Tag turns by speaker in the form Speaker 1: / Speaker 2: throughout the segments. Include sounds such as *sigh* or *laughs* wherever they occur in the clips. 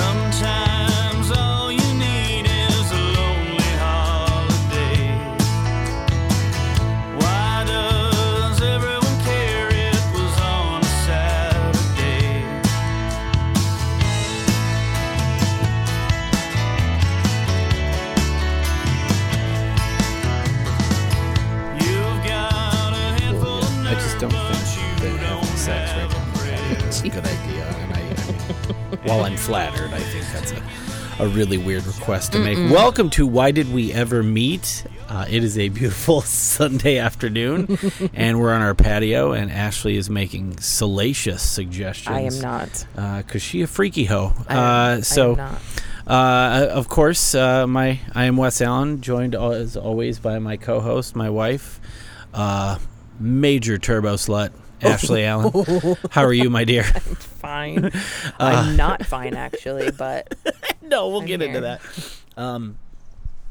Speaker 1: Sometimes all you need is a lonely holiday. Why does everyone care it was on a Saturday? You've got a handful of
Speaker 2: I just don't think that having sex right now is a
Speaker 3: *laughs*
Speaker 2: good idea. And I, I mean, while I'm flattered, I think that's a, a really weird request to make. Welcome to Why Did We Ever Meet? Uh, it is a beautiful *laughs* Sunday
Speaker 3: *laughs*
Speaker 2: afternoon, and we're on our patio, and Ashley is making salacious suggestions.
Speaker 3: I am
Speaker 2: *laughs*
Speaker 3: not.
Speaker 2: Because Uh, she a freaky hoe.
Speaker 3: I am- I
Speaker 2: uh, so,
Speaker 3: am not.
Speaker 2: Uh, of course, uh, my I am Wes Allen, joined al- as always by my co-host, my wife, uh, major turbo *laughs* slut, Ashley *laughs* Allen. How are you, my dear? *laughs*
Speaker 3: Fine.
Speaker 2: Uh,
Speaker 3: I'm not fine actually, but
Speaker 2: no, we'll
Speaker 3: I'm
Speaker 2: get into
Speaker 3: here.
Speaker 2: that. Um,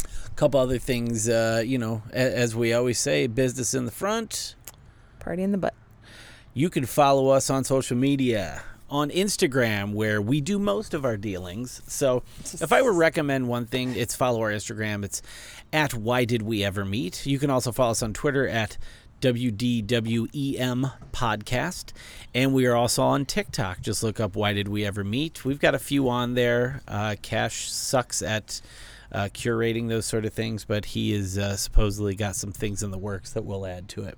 Speaker 2: a couple other things, uh, you know, a- as we always say, business in the front.
Speaker 3: party in the butt.
Speaker 2: You can follow us on social media on Instagram, where we do most of our dealings. So, if I were to recommend one thing, it's follow our Instagram. It's at Why Did We Ever Meet. You can also follow us on Twitter at WDWEM E Podcast. And we are also on TikTok. Just look up Why Did We Ever Meet. We've got a few on there. Uh, Cash sucks at. Uh, curating those sort of things, but he is uh, supposedly got some things in the works that will add to it.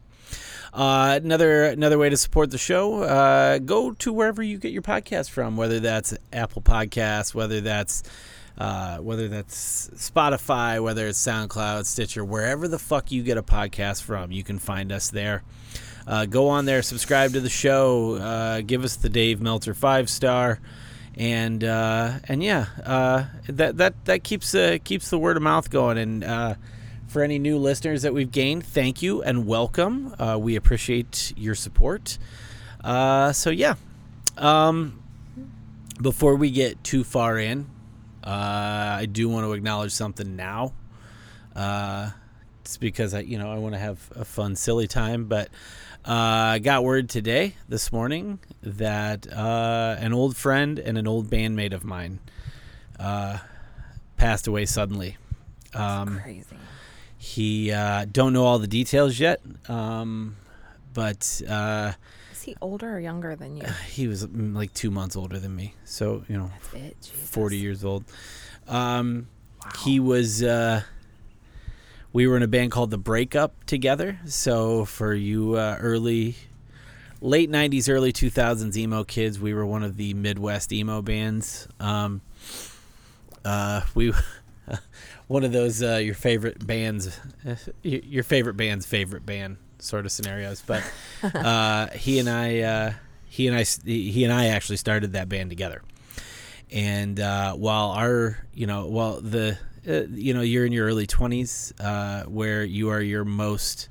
Speaker 2: Uh, another another way to support the show: uh, go to wherever you get your podcast from, whether that's Apple Podcasts, whether that's uh, whether that's Spotify, whether it's SoundCloud, Stitcher, wherever the fuck you get a podcast from, you can find us there. Uh, go on there, subscribe to the show, uh, give us the Dave Meltzer five star, and uh, and yeah, uh, that that that keeps uh, keeps the word of mouth going. And uh, for any new listeners that we've gained, thank you and welcome. Uh, we appreciate your support. Uh, so yeah, um, before we get too far in, uh, I do want to acknowledge something now. Uh, it's because I, you know, I want to have a fun, silly time. But uh, I got word today, this morning, that uh, an old friend and an old bandmate of mine uh, passed away suddenly. Um,
Speaker 3: Crazy.
Speaker 2: he uh, don't know all the details yet, um, but uh,
Speaker 3: Is he older or younger than you?
Speaker 2: he was mm, like two months older than me, so you know,
Speaker 3: It, Jesus.
Speaker 2: forty years old. Um, He was. Uh, we were in a band called The Breakup together. So for you uh, early, late '90s, early 2000s emo kids, we were one of the Midwest emo bands. Um, uh, we. *laughs* One of those uh, your favorite bands, your your favorite band's favorite band sort of scenarios, but uh, he and I, uh, he and I, he and I actually started that band together and uh, while our you know while the uh, you know you're in your early 20s uh, where you are your most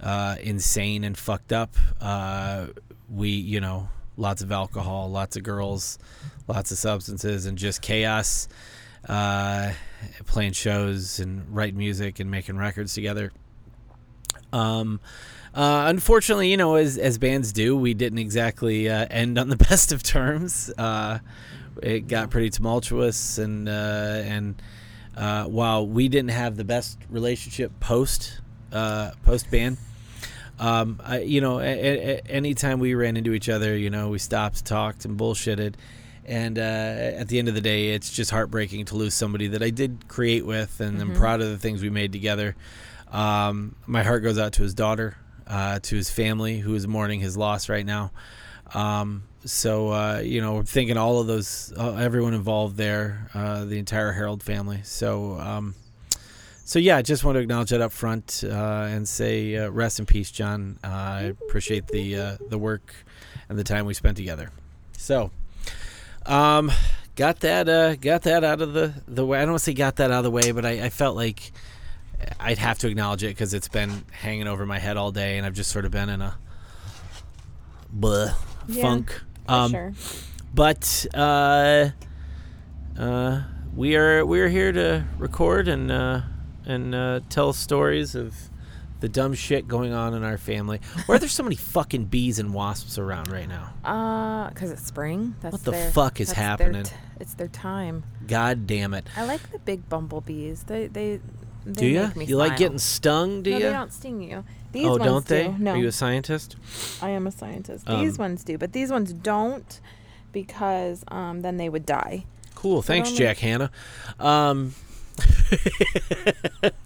Speaker 2: uh, insane and fucked up uh, we you know lots of alcohol lots of girls lots of substances and just chaos uh, playing shows and writing music and making records together um, uh, unfortunately, you know, as as bands do, we didn't exactly uh, end on the *laughs* best of terms. Uh, it got pretty tumultuous, and uh, and uh, while we didn't have the best relationship post uh, post band, um, I, you know, a, a, a- anytime we ran into each other, you know, we stopped, talked, and bullshitted. And uh, at the end of the day, it's just heartbreaking to lose somebody that I did create with, and I'm proud of the things we made together. Um, my heart goes out to his daughter, uh, to his family, who is mourning his loss right now. Um, so uh, you know, we're thinking all of those, uh, everyone involved there, uh, the entire Harold family. So. Um, so yeah, I just want to acknowledge that up front uh, and say uh, rest in peace, John. Uh, I appreciate the uh, the work and the time we spent together. So, um, got that uh, got that out of the the way. I don't want to say got that out of the way, but I, I felt like I'd have to acknowledge it because it's been hanging over my head all day, and I've just sort of been in a bleh
Speaker 3: Yeah,
Speaker 2: funk. Um,
Speaker 3: for sure.
Speaker 2: But uh, uh, we are we are here to record and uh, and uh, tell stories of the dumb shit going on in our family. Why are there so many fucking bees and wasps around right now?
Speaker 3: Uh, cause it's spring. That's
Speaker 2: What the
Speaker 3: their-
Speaker 2: fuck is
Speaker 3: that's their
Speaker 2: happening?
Speaker 3: t- it's their time.
Speaker 2: God damn it!
Speaker 3: I like the big bumblebees. They they. they
Speaker 2: Do you?
Speaker 3: make
Speaker 2: You
Speaker 3: me
Speaker 2: like
Speaker 3: smile.
Speaker 2: getting stung? Do
Speaker 3: no,
Speaker 2: you?
Speaker 3: they don't sting you. These
Speaker 2: oh,
Speaker 3: ones
Speaker 2: don't they?
Speaker 3: do. No,
Speaker 2: Are you a Um, scientist?
Speaker 3: I am a scientist. these ones do, but these ones don't because um, then they would die.
Speaker 2: Cool. Thanks,
Speaker 3: I'm a-
Speaker 2: Jack Hanna. Um,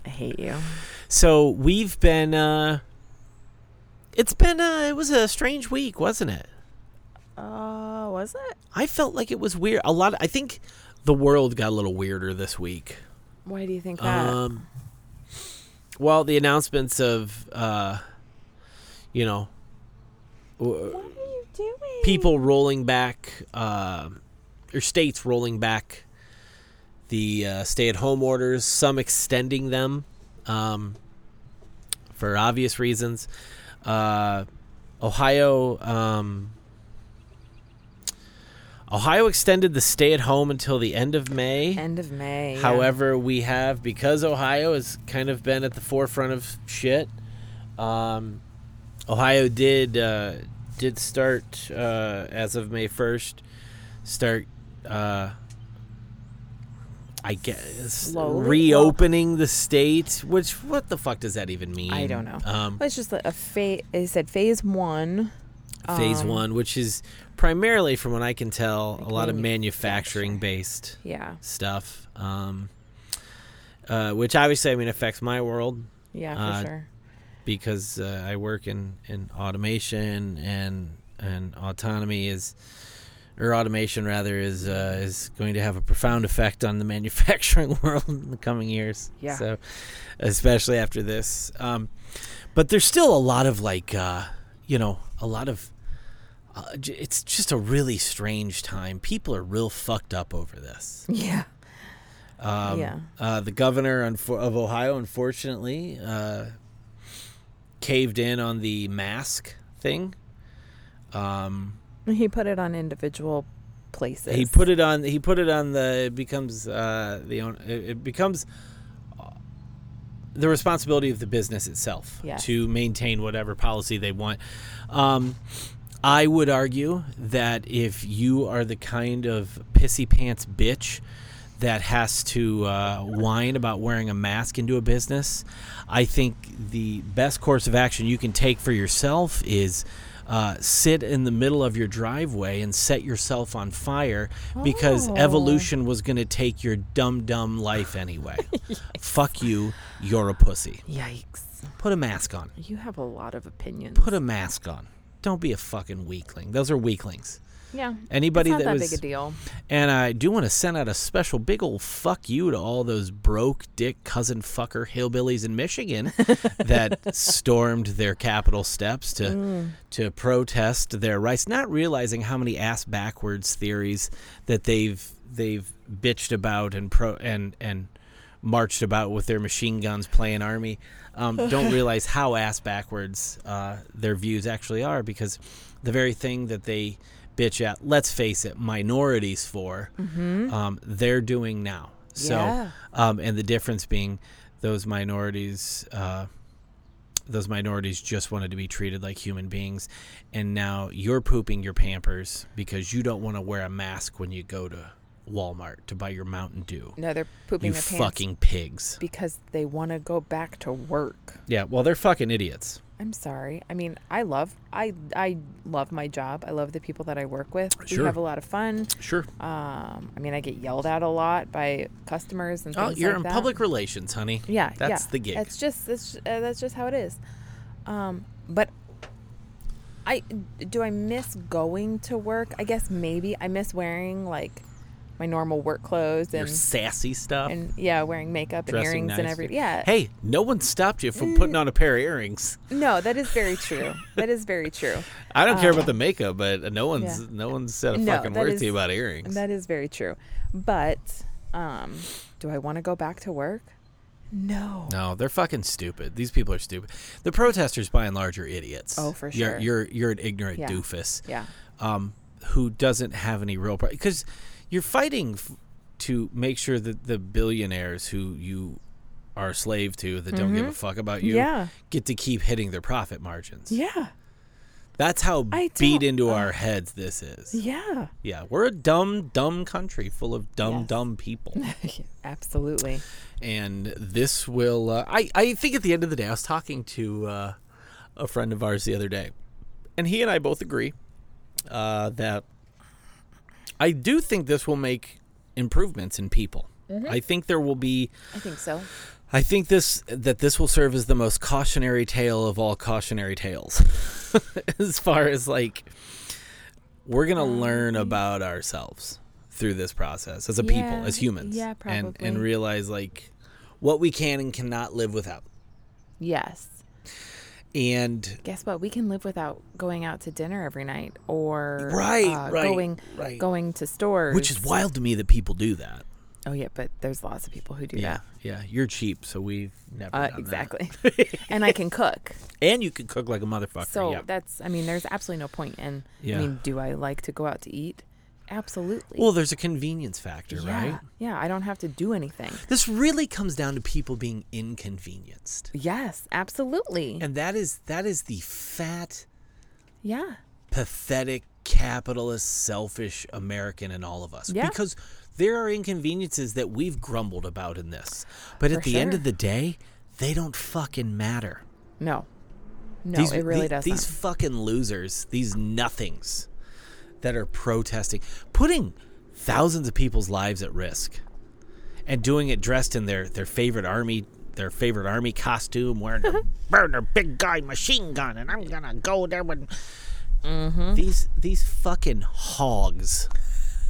Speaker 3: I hate you.
Speaker 2: so we've been. Uh, it's been. Uh, it was a strange week, wasn't it?
Speaker 3: Uh, was it?
Speaker 2: I felt like it was weird. A lot. I think the world got a little weirder this week.
Speaker 3: Why do you think that?
Speaker 2: Um, well, the announcements of, uh, you know, w-
Speaker 3: what are you doing?
Speaker 2: people rolling back, uh, or states rolling back the uh, stay-at-home orders, some extending them um, for obvious reasons. Uh, Ohio, um, Ohio extended the stay-at-home until the end of May.
Speaker 3: End of May. yeah.
Speaker 2: However, we have because Ohio has kind of been at the forefront of shit. Um, Ohio did uh, did start uh, as of May first. Start, uh, I guess,
Speaker 3: Slowly?
Speaker 2: reopening the state. Which what the fuck does that even mean?
Speaker 3: I don't know.
Speaker 2: Um,
Speaker 3: Well, it's just like a phase. They said phase one.
Speaker 2: phase
Speaker 3: um,
Speaker 2: one, which is primarily, from what I can tell, a lot of
Speaker 3: manufacturing.
Speaker 2: manufacturing based
Speaker 3: Yeah.
Speaker 2: stuff. Um, uh, which obviously, I mean, affects my world
Speaker 3: Yeah, for
Speaker 2: Uh,
Speaker 3: sure.
Speaker 2: because uh, I work in, in automation and and autonomy is or automation rather is uh, is going to have a profound effect on the *laughs* manufacturing world in the coming years.
Speaker 3: Yeah.
Speaker 2: So especially after this, um, but there's still a lot of like uh, you know a lot of. Uh, j- it's just a really strange time. People are real fucked up over this.
Speaker 3: Yeah.
Speaker 2: Um,
Speaker 3: Yeah.
Speaker 2: uh, the governor unfo- of Ohio, unfortunately, uh, caved in on the mask thing. Um,
Speaker 3: He put it on individual places.
Speaker 2: he put it on. He put it on the. It becomes uh, the. own- It it becomes uh, the responsibility of the business itself
Speaker 3: Yes.
Speaker 2: to maintain whatever policy they want. Um, I would argue that if you are the kind of pissy pants bitch that has to uh, whine about wearing a mask into a business, I think the best course of action you can take for yourself is. Uh, sit in the middle of your driveway and set yourself on fire because
Speaker 3: Oh.
Speaker 2: evolution was going to take your dumb dumb life anyway. Fuck you, you're a pussy.
Speaker 3: Yikes.
Speaker 2: Put a mask on
Speaker 3: You have a lot of opinions.
Speaker 2: put a mask on. Don't be a fucking weakling. Those are weaklings.
Speaker 3: yeah.
Speaker 2: Anybody
Speaker 3: it's not
Speaker 2: that
Speaker 3: that
Speaker 2: was,
Speaker 3: big a deal.
Speaker 2: and I do want to send out a special big old fuck you to all those broke dick cousin fucker hillbillies in Michigan that stormed their Capitol steps to to protest their rights, not realizing how many ass backwards theories that they've they've bitched about and pro and and marched about with their machine guns playing army um, don't realize how ass backwards uh, their views actually are because the very thing that they bitch at let's face it minorities for um, they're doing now so
Speaker 3: Yeah.
Speaker 2: um, and the difference being those minorities uh, those minorities just wanted to be treated like human beings and now you're pooping your pampers because you don't want to wear a mask when you go to walmart to buy your mountain dew
Speaker 3: No, they're pooping
Speaker 2: you
Speaker 3: their pants
Speaker 2: fucking pigs.
Speaker 3: because they want to go back to work.
Speaker 2: Yeah, well, they're fucking idiots.
Speaker 3: I'm sorry. I mean, I love I I love my job. I love the people that I work with.
Speaker 2: Sure.
Speaker 3: We have a lot of fun.
Speaker 2: Sure.
Speaker 3: Um, I mean, I get yelled at a lot by customers and
Speaker 2: Oh,
Speaker 3: things
Speaker 2: you're
Speaker 3: like
Speaker 2: in
Speaker 3: that.
Speaker 2: public relations, honey.
Speaker 3: Yeah,
Speaker 2: that's
Speaker 3: yeah.
Speaker 2: the gig.
Speaker 3: That's just that's uh, that's just how it is. Um, but I do I miss going to work? I guess maybe I miss wearing like my normal work clothes
Speaker 2: Your
Speaker 3: and
Speaker 2: sassy stuff.
Speaker 3: and yeah, wearing makeup and
Speaker 2: dressing
Speaker 3: earrings and
Speaker 2: nicely.
Speaker 3: everything. Yeah. Mm.
Speaker 2: Hey, no one stopped you from putting on a pair of earrings.
Speaker 3: No, that is very
Speaker 2: *laughs*
Speaker 3: true. that is very true.
Speaker 2: I don't care about the makeup, but no one's
Speaker 3: Uh, yeah.
Speaker 2: no one said a
Speaker 3: No,
Speaker 2: fucking
Speaker 3: that
Speaker 2: word
Speaker 3: is-
Speaker 2: to you about earrings.
Speaker 3: That is very true. But um, do I want to go back to work? No.
Speaker 2: No, they're fucking stupid. These people are stupid. The protesters, by and large, are idiots.
Speaker 3: Oh, for
Speaker 2: You're
Speaker 3: sure.
Speaker 2: you're, you're an ignorant
Speaker 3: Yeah.
Speaker 2: doofus.
Speaker 3: Yeah.
Speaker 2: Um, who doesn't have any real because you're fighting f- to make sure that the billionaires who you are a slave to that don't give a fuck about you
Speaker 3: Mm-hmm. Yeah.
Speaker 2: get to keep hitting their profit margins.
Speaker 3: Yeah.
Speaker 2: That's how
Speaker 3: I
Speaker 2: beat
Speaker 3: don't-
Speaker 2: into our heads this is.
Speaker 3: Yeah.
Speaker 2: Yeah, we're a dumb, dumb country full of dumb,
Speaker 3: Yes.
Speaker 2: dumb
Speaker 3: *laughs*
Speaker 2: people.
Speaker 3: *laughs* Absolutely.
Speaker 2: and this will. Uh, I I think at the end of the day, I was talking to uh, a friend of ours the other day, and he and I both agree uh, that I do think this will make improvements in people. I think there will be.
Speaker 3: I think so.
Speaker 2: I think this that this will serve as the most cautionary tale of all cautionary tales, *laughs* as far as like we're gonna
Speaker 3: Um,
Speaker 2: learn about ourselves through this process as a people,
Speaker 3: Yeah,
Speaker 2: as humans,
Speaker 3: yeah,
Speaker 2: and and
Speaker 3: probably.
Speaker 2: realize like what we can and cannot live without.
Speaker 3: Yes.
Speaker 2: And
Speaker 3: Guess what? We can live without going out to dinner every night or
Speaker 2: Right,
Speaker 3: uh,
Speaker 2: right,
Speaker 3: going
Speaker 2: right.
Speaker 3: going to stores.
Speaker 2: which is wild to me that people do that.
Speaker 3: Oh yeah, but there's lots of people who do
Speaker 2: Yeah,
Speaker 3: that.
Speaker 2: yeah. You're cheap, so we've never
Speaker 3: Uh,
Speaker 2: done that.
Speaker 3: exactly. and I can cook.
Speaker 2: *laughs* And you can cook like a motherfucker.
Speaker 3: So
Speaker 2: yeah.
Speaker 3: that's I mean, there's absolutely no point in
Speaker 2: Yeah.
Speaker 3: I mean, do I like to go out to eat? Absolutely.
Speaker 2: well, there's a convenience factor,
Speaker 3: yeah.
Speaker 2: right?
Speaker 3: Yeah, I don't have to do anything.
Speaker 2: This really comes down to people being inconvenienced.
Speaker 3: Yes, absolutely.
Speaker 2: And that is that is the fat,
Speaker 3: yeah.
Speaker 2: pathetic, capitalist, selfish American in all of us.
Speaker 3: Yeah.
Speaker 2: Because there are inconveniences that we've grumbled about in this. But at
Speaker 3: For
Speaker 2: the end
Speaker 3: sure.
Speaker 2: of the day, they don't fucking matter.
Speaker 3: No. No, it really
Speaker 2: the-
Speaker 3: doesn't.
Speaker 2: These fucking losers, these nothings that are protesting, putting thousands of people's lives at risk and doing it dressed in their, their favorite army their favorite army costume, wearing their
Speaker 3: *laughs*
Speaker 4: burner big guy machine gun and I'm gonna go there with
Speaker 2: *laughs* these these fucking hogs,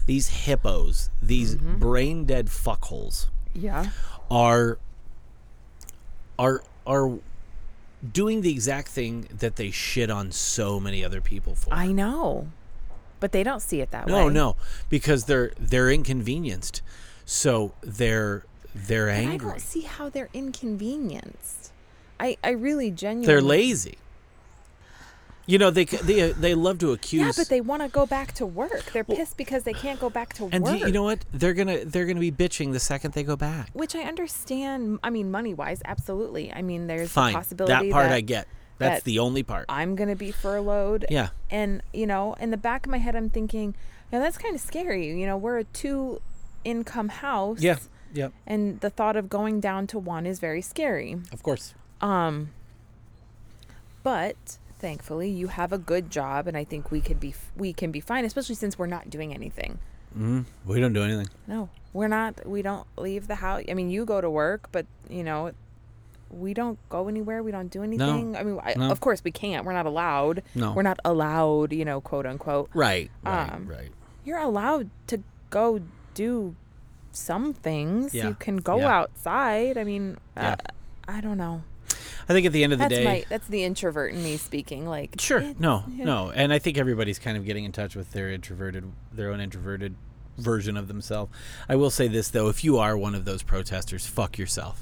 Speaker 2: these hippos, these
Speaker 3: Mm-hmm.
Speaker 2: brain dead fuckholes
Speaker 3: yeah.
Speaker 2: are are are doing the exact thing that they shit on so many other people for.
Speaker 3: I know. But they don't see it that way.
Speaker 2: no, no, because they're they're inconvenienced, so they're they're
Speaker 3: I
Speaker 2: angry.
Speaker 3: don't see how they're inconvenienced. I, I really genuinely.
Speaker 2: They're lazy. You know they c- they they love to accuse.
Speaker 3: Yeah, but they want to go back to work. They're pissed because they can't go back to
Speaker 2: and
Speaker 3: work.
Speaker 2: you- you know what? They're gonna they're gonna be bitching the second they go back.
Speaker 3: Which I understand. I mean, money wise, absolutely. I mean, there's
Speaker 2: Fine,
Speaker 3: the possibility
Speaker 2: that part
Speaker 3: that
Speaker 2: I get. That's
Speaker 3: that-
Speaker 2: the only part.
Speaker 3: I'm going to be furloughed.
Speaker 2: Yeah.
Speaker 3: And, you know, in the back of my head, I'm thinking, now that's kind of scary. You know, we're a two income house.
Speaker 2: yeah,
Speaker 3: And the thought of going down to one is very scary.
Speaker 2: of course.
Speaker 3: but thankfully you have a good job and i think we could be we can be fine especially since we're not doing anything
Speaker 2: We don't do anything.
Speaker 3: no we're not we don't leave the house i mean you go to work but you know we don't go anywhere we don't do anything i mean I,
Speaker 2: No.
Speaker 3: of course we can't we're not allowed
Speaker 2: No.
Speaker 3: we're not allowed you know quote unquote
Speaker 2: Right, right,
Speaker 3: Um,
Speaker 2: right.
Speaker 3: you're allowed to go do some things
Speaker 2: Yeah.
Speaker 3: you can go
Speaker 2: Yeah.
Speaker 3: outside i mean
Speaker 2: Yeah.
Speaker 3: uh, i don't know
Speaker 2: I think at the end of the
Speaker 3: that's
Speaker 2: day,
Speaker 3: my that's the introvert in me speaking like
Speaker 2: sure,
Speaker 3: it's-
Speaker 2: no,
Speaker 3: yeah.
Speaker 2: no, and I think everybody's kind of getting in touch with their introverted, their own introverted version of themselves. I will say this though: if you are one of those protesters, fuck yourself.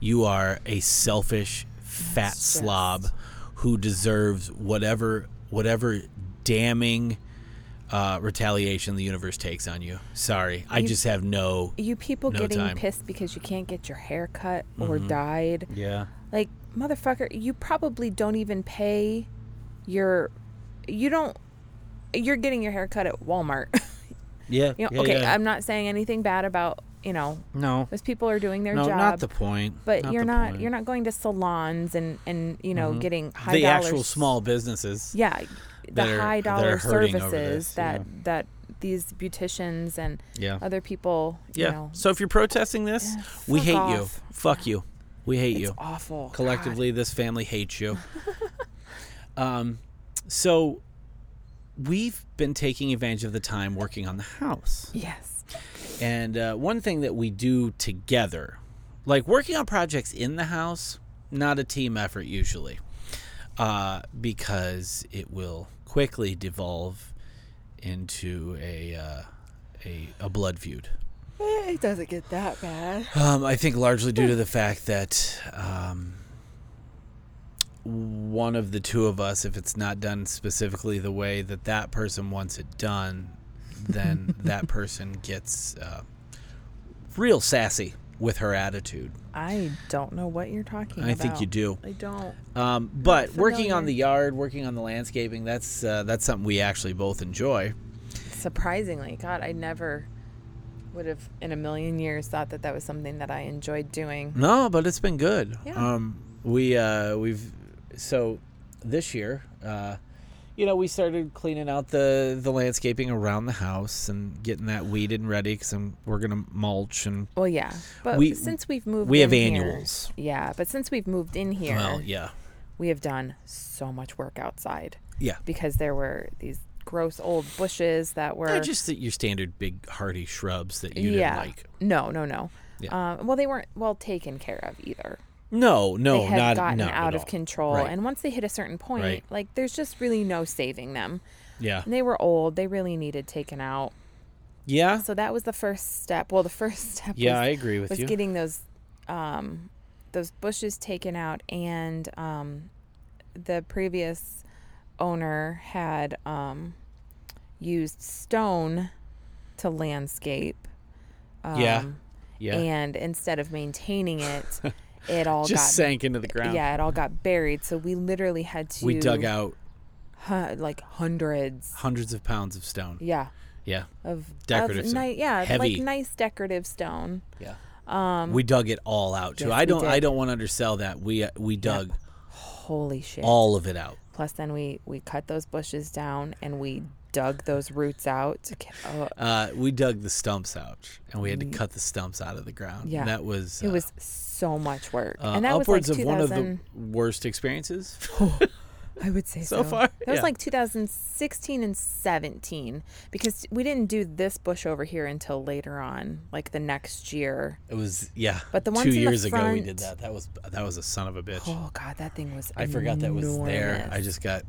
Speaker 2: You are a selfish fat slob who deserves whatever whatever damning uh, retaliation the universe takes on you. Sorry, I just have no.
Speaker 3: you people
Speaker 2: No
Speaker 3: getting
Speaker 2: time. Mm-hmm.
Speaker 3: pissed because you can't get your hair cut or dyed.
Speaker 2: Yeah.
Speaker 3: Like, motherfucker, you probably don't even pay your. You don't. You're getting your hair cut at Walmart. *laughs*
Speaker 2: Yeah.
Speaker 3: you know,
Speaker 2: yeah,
Speaker 3: okay,
Speaker 2: yeah.
Speaker 3: I'm not saying anything bad about, you know,
Speaker 2: no.
Speaker 3: those people are doing their
Speaker 2: No,
Speaker 3: job.
Speaker 2: not the point.
Speaker 3: but you're
Speaker 2: the
Speaker 3: not
Speaker 2: point. Mm-hmm.
Speaker 3: you're not going to salons and and you know getting high
Speaker 2: the
Speaker 3: dollars-
Speaker 2: actual small businesses.
Speaker 3: yeah the
Speaker 2: that are-
Speaker 3: high
Speaker 2: that are
Speaker 3: dollar
Speaker 2: hurting over
Speaker 3: services
Speaker 2: this,
Speaker 3: that
Speaker 2: yeah.
Speaker 3: that these beauticians and
Speaker 2: Yeah.
Speaker 3: other people you
Speaker 2: Yeah.
Speaker 3: know
Speaker 2: so if you're protesting this,
Speaker 3: Yeah,
Speaker 2: we
Speaker 3: fuck
Speaker 2: hate
Speaker 3: off.
Speaker 2: you. Fuck you. We hate
Speaker 3: it's
Speaker 2: you.
Speaker 3: awful God.
Speaker 2: Collectively, this family hates
Speaker 3: *laughs*
Speaker 2: you. um, so we've been taking advantage of the time working on the house.
Speaker 3: Yes.
Speaker 2: And uh, one thing that we do together, like working on projects in the house, not a team effort usually, uh, because it will quickly devolve into a uh, a, a blood feud.
Speaker 3: Eh, It doesn't get that bad.
Speaker 2: Um, I think largely due to
Speaker 3: *laughs*
Speaker 2: the fact that um, one of the two of us, if it's not done specifically the way that that person wants it done,
Speaker 3: *laughs*
Speaker 2: then that person gets uh, real sassy with her attitude.
Speaker 3: I don't know what you're talking about.
Speaker 2: I think you do.
Speaker 3: I don't.
Speaker 2: Um, but working on
Speaker 3: familiar.
Speaker 2: the yard, working on the landscaping, that's uh, that's something we actually both enjoy.
Speaker 3: Surprisingly, God, I never would have in a million years thought that that was something that I enjoyed doing.
Speaker 2: No, but it's been good.
Speaker 3: Yeah.
Speaker 2: Um, we uh, we've so this year, uh, you know, we started cleaning out the the landscaping around the house and getting that weeded and ready because we're gonna mulch and
Speaker 3: Well, yeah, but
Speaker 2: We-
Speaker 3: since we've moved,
Speaker 2: we have
Speaker 3: in here-
Speaker 2: annuals.
Speaker 3: yeah, but since we've moved in here,
Speaker 2: well, yeah,
Speaker 3: we have done so much work outside
Speaker 2: yeah.
Speaker 3: because there were these gross old bushes that were
Speaker 2: Not just that your standard big hardy shrubs that you
Speaker 3: yeah
Speaker 2: didn't like.
Speaker 3: no no no
Speaker 2: Yeah.
Speaker 3: um, well they weren't well taken care of either
Speaker 2: No, no,
Speaker 3: they
Speaker 2: Oh,
Speaker 3: had
Speaker 2: not
Speaker 3: gotten
Speaker 2: not at
Speaker 3: out of
Speaker 2: all.
Speaker 3: control
Speaker 2: Right.
Speaker 3: and once they hit a certain point
Speaker 2: Right.
Speaker 3: like there's just really no saving them
Speaker 2: yeah,
Speaker 3: and they were old they really needed taken out
Speaker 2: yeah,
Speaker 3: so that was the first step well the *laughs* first step
Speaker 2: yeah.
Speaker 3: was,
Speaker 2: I agree with
Speaker 3: was
Speaker 2: you.
Speaker 3: getting those um those bushes taken out and um the previous owner had um used stone to landscape
Speaker 2: yeah,
Speaker 3: um,
Speaker 2: yeah.
Speaker 3: and instead of maintaining it
Speaker 2: *laughs*
Speaker 3: it all
Speaker 2: just
Speaker 3: got
Speaker 2: sank into the ground.
Speaker 3: yeah it all got buried so we literally had to
Speaker 2: we dug out
Speaker 3: hu- like hundreds
Speaker 2: hundreds of pounds of stone.
Speaker 3: yeah
Speaker 2: Yeah,
Speaker 3: of
Speaker 2: Decorative
Speaker 3: of
Speaker 2: stone.
Speaker 3: ni- yeah
Speaker 2: Heavy.
Speaker 3: like nice decorative stone
Speaker 2: Yeah. Um, we dug it all out too.
Speaker 3: yes,
Speaker 2: I
Speaker 3: we
Speaker 2: don't. I
Speaker 3: did.
Speaker 2: don't want to undersell that. We uh, we dug
Speaker 3: holy shit
Speaker 2: all of it out.
Speaker 3: Plus, then we we cut those bushes down and we dug those roots out. To get, oh,
Speaker 2: Uh, we dug the stumps out, and we had to cut the stumps out of the ground.
Speaker 3: Mm. Yeah.
Speaker 2: and that was
Speaker 3: it
Speaker 2: uh,
Speaker 3: was so much work,
Speaker 2: uh,
Speaker 3: and that
Speaker 2: upwards
Speaker 3: was like
Speaker 2: of one
Speaker 3: 2000,
Speaker 2: of the worst experiences.
Speaker 3: I would say
Speaker 2: so far,
Speaker 3: That was
Speaker 2: yeah.
Speaker 3: like 2016 and 17 because we didn't do this bush over here until later on, like the next year.
Speaker 2: It was yeah.
Speaker 3: But the ones
Speaker 2: two
Speaker 3: in the
Speaker 2: years ago we did
Speaker 3: front-
Speaker 2: that. That was that was a son of a bitch.
Speaker 3: Oh God, that thing was.
Speaker 2: I forgot that was there.
Speaker 3: enormous.
Speaker 2: I just got.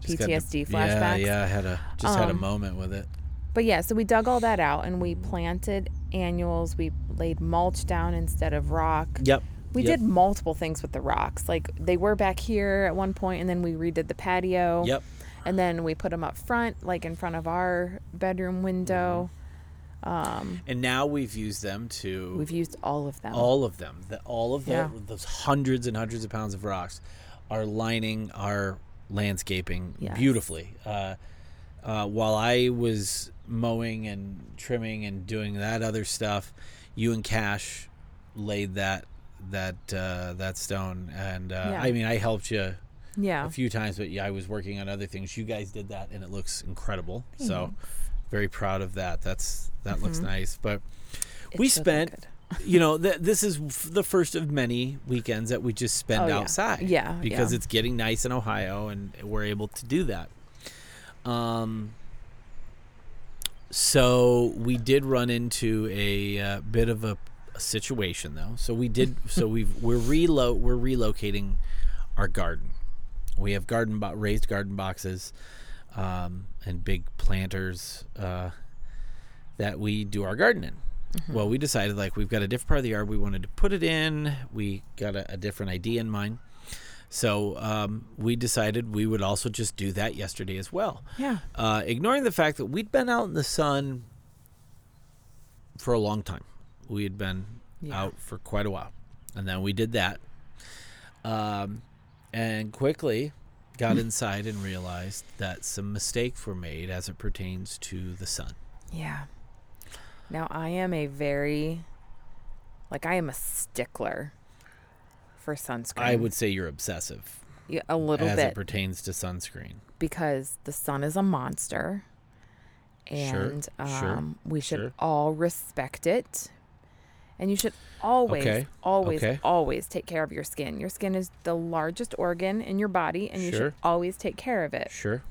Speaker 2: just got the-
Speaker 3: PTSD
Speaker 2: Yeah,
Speaker 3: flashbacks? Um,
Speaker 2: yeah. I had a just had a moment with it.
Speaker 3: But yeah, so we dug all that out and we planted annuals. We laid mulch down instead of rock.
Speaker 2: Yep.
Speaker 3: We
Speaker 2: Yep.
Speaker 3: did multiple things with the rocks. Like they were back here at one point, and then we redid the patio.
Speaker 2: Yep.
Speaker 3: And then we put them up front, like in front of our bedroom window.
Speaker 2: Mm-hmm. And now we've used them to
Speaker 3: We've used all of them.
Speaker 2: all of them the, all of the,
Speaker 3: Yeah.
Speaker 2: those hundreds and hundreds of pounds of rocks are lining our landscaping
Speaker 3: Yes.
Speaker 2: beautifully uh, uh, while i was mowing and trimming and doing that other stuff you and cash laid that that uh, that stone and uh,
Speaker 3: Yeah.
Speaker 2: i mean i helped you
Speaker 3: yeah.
Speaker 2: a few times but yeah i was working on other things you guys did that and it looks incredible so very proud of that that's that looks nice but
Speaker 3: It
Speaker 2: we
Speaker 3: does look
Speaker 2: spent
Speaker 3: good.
Speaker 2: you know th- this is f- the first of many weekends that we just spend
Speaker 3: Oh, yeah.
Speaker 2: outside
Speaker 3: Yeah,
Speaker 2: because
Speaker 3: yeah.
Speaker 2: it's getting nice in ohio and we're able to do that um so we did run into a uh, bit of a, a situation though so we did
Speaker 3: *laughs*
Speaker 2: so we've we're relo- we're relocating our garden we have garden bo- raised garden boxes um, and big planters uh, that we do our garden in.
Speaker 3: Mm-hmm.
Speaker 2: Well, we decided like we've got a different part of the yard we wanted to put it in. We got a, a different idea in mind. So um, we decided we would also just do that yesterday as well.
Speaker 3: Yeah.
Speaker 2: Uh, ignoring the fact that we'd been out in the sun for a long time. We had been
Speaker 3: Yeah.
Speaker 2: out for quite a while. And then we did that. Um, and quickly got
Speaker 3: *laughs*
Speaker 2: inside and realized that some mistakes were made as it pertains to the sun.
Speaker 3: Yeah. Now I am a very, like I am a stickler for sunscreen.
Speaker 2: I would say you're obsessive
Speaker 3: Yeah, a little
Speaker 2: as it
Speaker 3: bit
Speaker 2: pertains to sunscreen.
Speaker 3: because the sun is a monster,
Speaker 2: Sure,
Speaker 3: and
Speaker 2: sure,
Speaker 3: um, we should
Speaker 2: sure.
Speaker 3: all respect it. And you should always,
Speaker 2: Okay,
Speaker 3: always,
Speaker 2: okay.
Speaker 3: always take care of your skin. Your skin is the largest organ in your body, and you
Speaker 2: Sure.
Speaker 3: should always take care of it.
Speaker 2: Sure.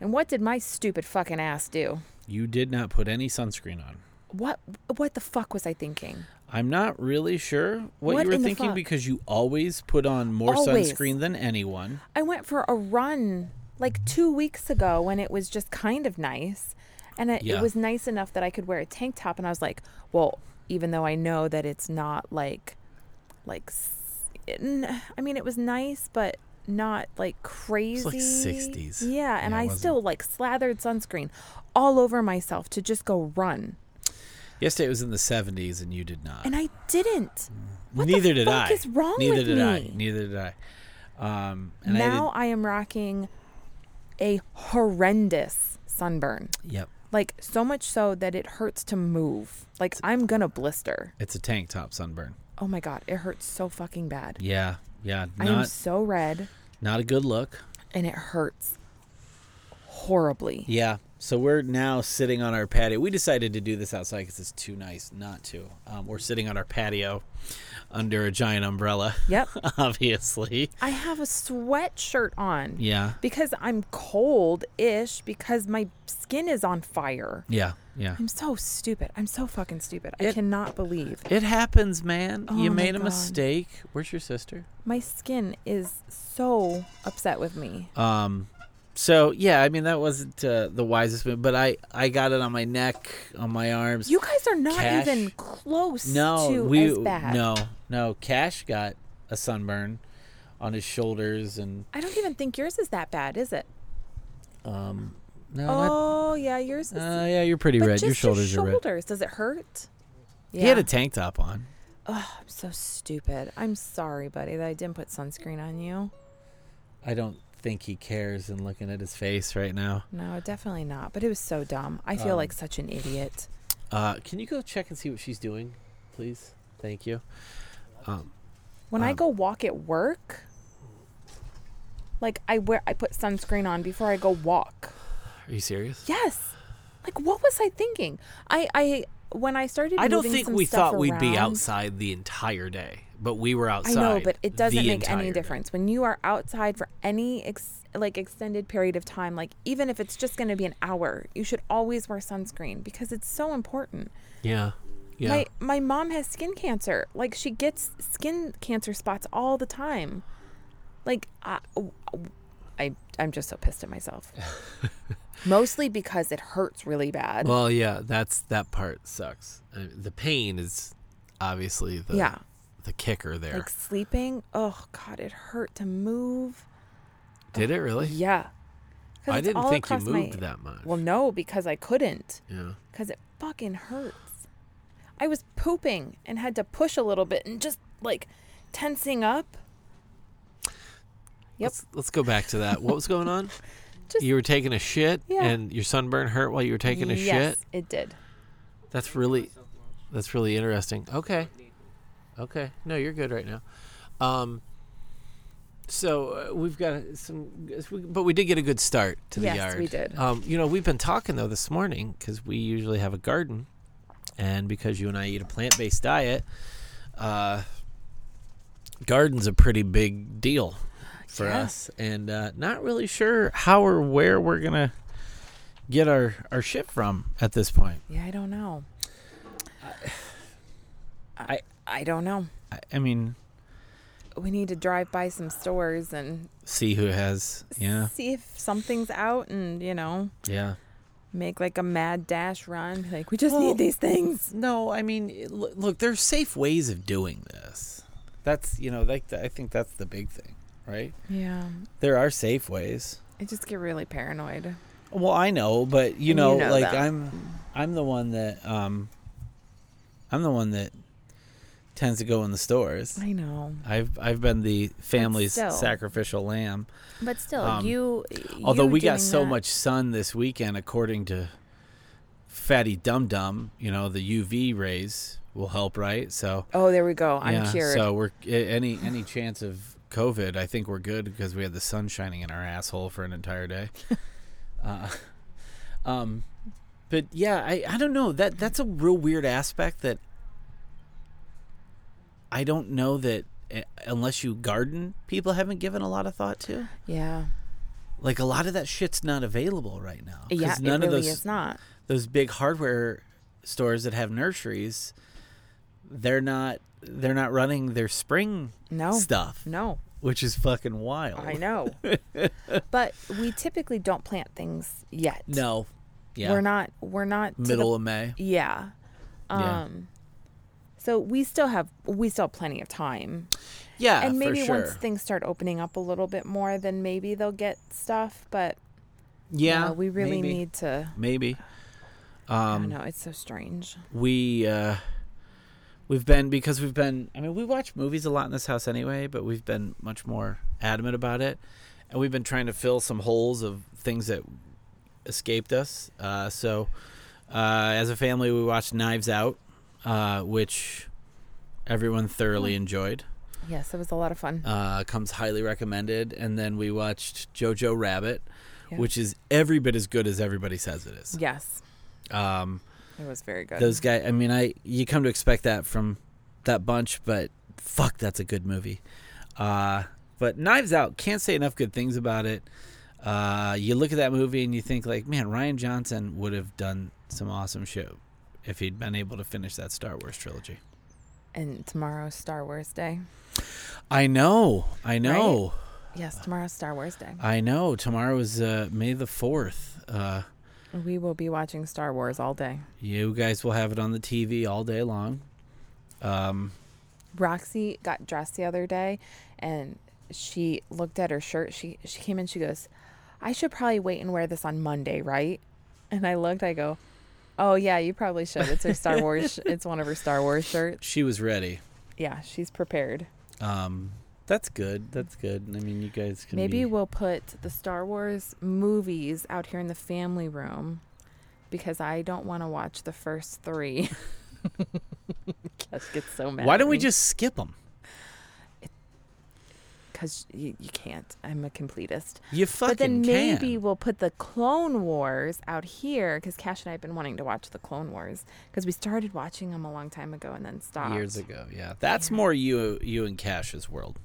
Speaker 3: And what did my stupid fucking ass do?
Speaker 2: You did not put any sunscreen on.
Speaker 3: What what the fuck was I thinking?
Speaker 2: I'm not really sure what,
Speaker 3: What
Speaker 2: you were
Speaker 3: in the
Speaker 2: thinking
Speaker 3: fuck?
Speaker 2: because you always put on more
Speaker 3: Always.
Speaker 2: sunscreen than anyone.
Speaker 3: I went for a run like two weeks ago when it was just kind of nice. And it,
Speaker 2: Yeah.
Speaker 3: it was nice enough that I could wear a tank top. And I was like, well, even though I know that it's not like, like, s- it- n- I mean, it was nice, but not like crazy.
Speaker 2: 60s.
Speaker 3: Yeah. And
Speaker 2: Yeah, it
Speaker 3: I
Speaker 2: wasn't-
Speaker 3: still like slathered sunscreen all over myself to just go run.
Speaker 2: Yesterday was in the 70s, and you did not.
Speaker 3: And I didn't. What
Speaker 2: Neither
Speaker 3: the
Speaker 2: did
Speaker 3: fuck
Speaker 2: I.
Speaker 3: is wrong
Speaker 2: Neither
Speaker 3: with
Speaker 2: did
Speaker 3: me?
Speaker 2: I. Neither did I. Um, and
Speaker 3: now
Speaker 2: I
Speaker 3: I am rocking a horrendous sunburn.
Speaker 2: did Yep.
Speaker 3: Like so much so that it hurts to move. Like I'm gonna blister.
Speaker 2: It's a tank top sunburn.
Speaker 3: Oh my god, it hurts so fucking bad.
Speaker 2: Yeah. Yeah.
Speaker 3: I am
Speaker 2: Not
Speaker 3: so red
Speaker 2: not a good look.
Speaker 3: and it hurts horribly.
Speaker 2: Yeah. So we're now sitting on our patio. We decided to do this outside because it's too nice not to. Um, we're sitting on our patio under a giant umbrella.
Speaker 3: Yep.
Speaker 2: *laughs* obviously.
Speaker 3: I have a sweatshirt on.
Speaker 2: Yeah.
Speaker 3: Because I'm cold ish because my skin is on fire.
Speaker 2: Yeah. Yeah.
Speaker 3: I'm so stupid. I'm so fucking stupid. I
Speaker 2: It-
Speaker 3: cannot believe.
Speaker 2: It happens, man. you
Speaker 3: Oh my
Speaker 2: made a
Speaker 3: God.
Speaker 2: mistake. Where's your sister?
Speaker 3: My skin is so upset with me.
Speaker 2: Um, so yeah, I mean that wasn't uh, the wisest move, but I I got it on my neck, on my arms.
Speaker 3: You guys are not
Speaker 2: Cash?
Speaker 3: even close
Speaker 2: no,
Speaker 3: to
Speaker 2: we
Speaker 3: as bad.
Speaker 2: no no. Cash got a sunburn on his shoulders and
Speaker 3: I don't even think yours is that bad, is it?
Speaker 2: um no. not-
Speaker 3: Oh yeah, yours is.
Speaker 2: uh, yeah, you're pretty
Speaker 3: but
Speaker 2: red.
Speaker 3: just
Speaker 2: Your shoulders
Speaker 3: your
Speaker 2: are red.
Speaker 3: shoulders. Does it hurt? Yeah.
Speaker 2: He had a tank top on.
Speaker 3: I'm so stupid. I'm sorry, buddy, that I didn't put sunscreen on you.
Speaker 2: I don't think he cares. And looking at his face right now,
Speaker 3: No, definitely not. But it was so dumb. I
Speaker 2: Um,
Speaker 3: feel like such an idiot.
Speaker 2: uh, can you go check and see what she's doing, please? Thank you.
Speaker 3: When
Speaker 2: um,
Speaker 3: I go walk at work, like I wear, I put sunscreen on before I go walk.
Speaker 2: Are you serious?
Speaker 3: Yes. Like what was I thinking? I I when I started.
Speaker 2: I don't
Speaker 3: moving
Speaker 2: think
Speaker 3: some
Speaker 2: we
Speaker 3: stuff
Speaker 2: thought we'd be
Speaker 3: around-
Speaker 2: outside the entire day, but we were
Speaker 3: I
Speaker 2: outside.
Speaker 3: know, but it doesn't
Speaker 2: the
Speaker 3: make
Speaker 2: entire
Speaker 3: any
Speaker 2: day.
Speaker 3: difference when you are outside for any ex- like extended period of time. Like even if it's just going to be an hour, you should always wear sunscreen because it's so important.
Speaker 2: Yeah. Yeah.
Speaker 3: My my mom has skin cancer. Like she gets skin cancer spots all the time. Like I, I I'm just so pissed
Speaker 2: *laughs*
Speaker 3: at myself. Mostly because it hurts really bad.
Speaker 2: well, yeah, that's that part sucks. I mean, the pain is obviously the
Speaker 3: Yeah.
Speaker 2: the kicker there.
Speaker 3: like sleeping. Oh God, it hurt to move.
Speaker 2: Did it really?
Speaker 3: Yeah. 'Cause
Speaker 2: I
Speaker 3: it's
Speaker 2: didn't
Speaker 3: all
Speaker 2: think you
Speaker 3: across
Speaker 2: moved
Speaker 3: my-
Speaker 2: that much.
Speaker 3: Well, no, because I couldn't.
Speaker 2: yeah.
Speaker 3: Because it fucking hurts. I was pooping and had to push a little bit and just like tensing up. Yep.
Speaker 2: Let's, let's go back to that. What was going on?
Speaker 3: *laughs* Just-
Speaker 2: you were taking a shit
Speaker 3: Yeah.
Speaker 2: and your sunburn hurt while you were taking a
Speaker 3: yes,
Speaker 2: shit.
Speaker 3: it did.
Speaker 2: That's really that's really interesting. Okay. Okay. No, you're good right now. Um so uh, we've got some but we did get a good start to the
Speaker 3: Yes,
Speaker 2: yard.
Speaker 3: we did.
Speaker 2: Um you know, we've been talking though this morning cuz we usually have a garden and because you and I eat a plant-based diet, uh garden's a pretty big deal for
Speaker 3: Yeah.
Speaker 2: us and uh not really sure how or where we're going to get our our shit from at this point.
Speaker 3: Yeah, I don't know.
Speaker 2: I
Speaker 3: I don't know.
Speaker 2: I, I mean,
Speaker 3: We need to drive by some stores and
Speaker 2: see who has. Yeah,
Speaker 3: see if something's out and, you know,
Speaker 2: yeah.
Speaker 3: make like a mad dash run. Be Like, we just need these things.
Speaker 2: No, I mean, it- lo- look, there's safe ways of doing this. That's you know, like I think that's the big thing, right?
Speaker 3: Yeah.
Speaker 2: There are safe ways.
Speaker 3: I just get really paranoid.
Speaker 2: Well, I know, but you know,
Speaker 3: know
Speaker 2: like
Speaker 3: that.
Speaker 2: I'm, I'm the one that, um, I'm the one that tends to go in the stores.
Speaker 3: I know.
Speaker 2: I've I've been the family's
Speaker 3: still.
Speaker 2: sacrificial lamb.
Speaker 3: But still,
Speaker 2: Um,
Speaker 3: you.
Speaker 2: Although
Speaker 3: you
Speaker 2: we got
Speaker 3: doing
Speaker 2: so
Speaker 3: that-
Speaker 2: much sun this weekend, according to Fatty Dum Dum, you know the UV rays will help, right? So
Speaker 3: Oh, there we go. I'm
Speaker 2: yeah,
Speaker 3: cured.
Speaker 2: so we're a- any any chance of COVID, I think we're good because we had the sun shining in our asshole for an entire
Speaker 3: *laughs*
Speaker 2: day. uh, um, but yeah, I I don't know that that's a real weird aspect that I don't know that eh, unless you garden, people haven't given a lot of thought to
Speaker 3: yeah.
Speaker 2: like a lot of that shit's not available right now. 'Cause
Speaker 3: Yeah,
Speaker 2: none
Speaker 3: it
Speaker 2: of
Speaker 3: really
Speaker 2: those
Speaker 3: is not.
Speaker 2: those big hardware stores that have nurseries, they're not they're not running their spring
Speaker 3: No.
Speaker 2: stuff,
Speaker 3: No,
Speaker 2: which is fucking wild. *laughs*
Speaker 3: I know. but we typically don't plant things yet.
Speaker 2: No, Yeah.
Speaker 3: We're not we're not to the-
Speaker 2: middle of May.
Speaker 3: yeah. Um
Speaker 2: Yeah.
Speaker 3: so we still have we still have plenty of time.
Speaker 2: Yeah,
Speaker 3: and maybe
Speaker 2: Uh, for sure.
Speaker 3: once things start opening up a little bit more then maybe they'll get stuff, but
Speaker 2: yeah,
Speaker 3: uh, we really
Speaker 2: maybe. Um,
Speaker 3: need to
Speaker 2: maybe.
Speaker 3: I don't know, it's so strange.
Speaker 2: we uh we've been because we've been i mean we watch movies a lot in this house anyway but we've been much more adamant about it and we've been trying to fill some holes of things that escaped us uh so uh as a family we watched knives out uh which everyone thoroughly enjoyed
Speaker 3: Yes, it was a lot of fun.
Speaker 2: uh comes highly recommended and then we watched jojo rabbit
Speaker 3: Yeah.
Speaker 2: which is every bit as good as everybody says it is
Speaker 3: yes.
Speaker 2: um
Speaker 3: It was very good.
Speaker 2: those guys i mean i you come to expect that from that bunch but fuck that's a good movie uh but knives out can't say enough good things about it uh you look at that movie and you think like man ryan johnson would have done some awesome shit if he'd been able to finish that star wars trilogy
Speaker 3: and tomorrow's Star Wars Day.
Speaker 2: i know i know
Speaker 3: Yes, tomorrow's Star Wars Day.
Speaker 2: i know tomorrow is uh may the 4th uh
Speaker 3: We will be watching Star Wars all day.
Speaker 2: you guys will have it on the tv all day long
Speaker 3: Roxy got dressed the other day and she looked at her shirt. She she came in, she goes, I should probably wait and wear this on Monday, right? And I looked, I go, Oh yeah, you probably should. It's her Star Wars sh- it's one of her Star Wars shirts.
Speaker 2: she was ready
Speaker 3: Yeah, she's prepared.
Speaker 2: um that's good that's good i mean you guys can
Speaker 3: Maybe
Speaker 2: be-
Speaker 3: we'll put the Star Wars movies out here in the family room because I don't want to watch the first three. *laughs* Cash gets so mad.
Speaker 2: Why don't we just skip them?
Speaker 3: Because you, you can't. I'm a completist.
Speaker 2: You
Speaker 3: But
Speaker 2: fucking
Speaker 3: then maybe
Speaker 2: can.
Speaker 3: we'll put the Clone Wars out here because Cash and I have been wanting to watch the Clone Wars because we started watching them a long time ago and then stopped.
Speaker 2: Years ago, yeah. That's more you, you and Cash's world.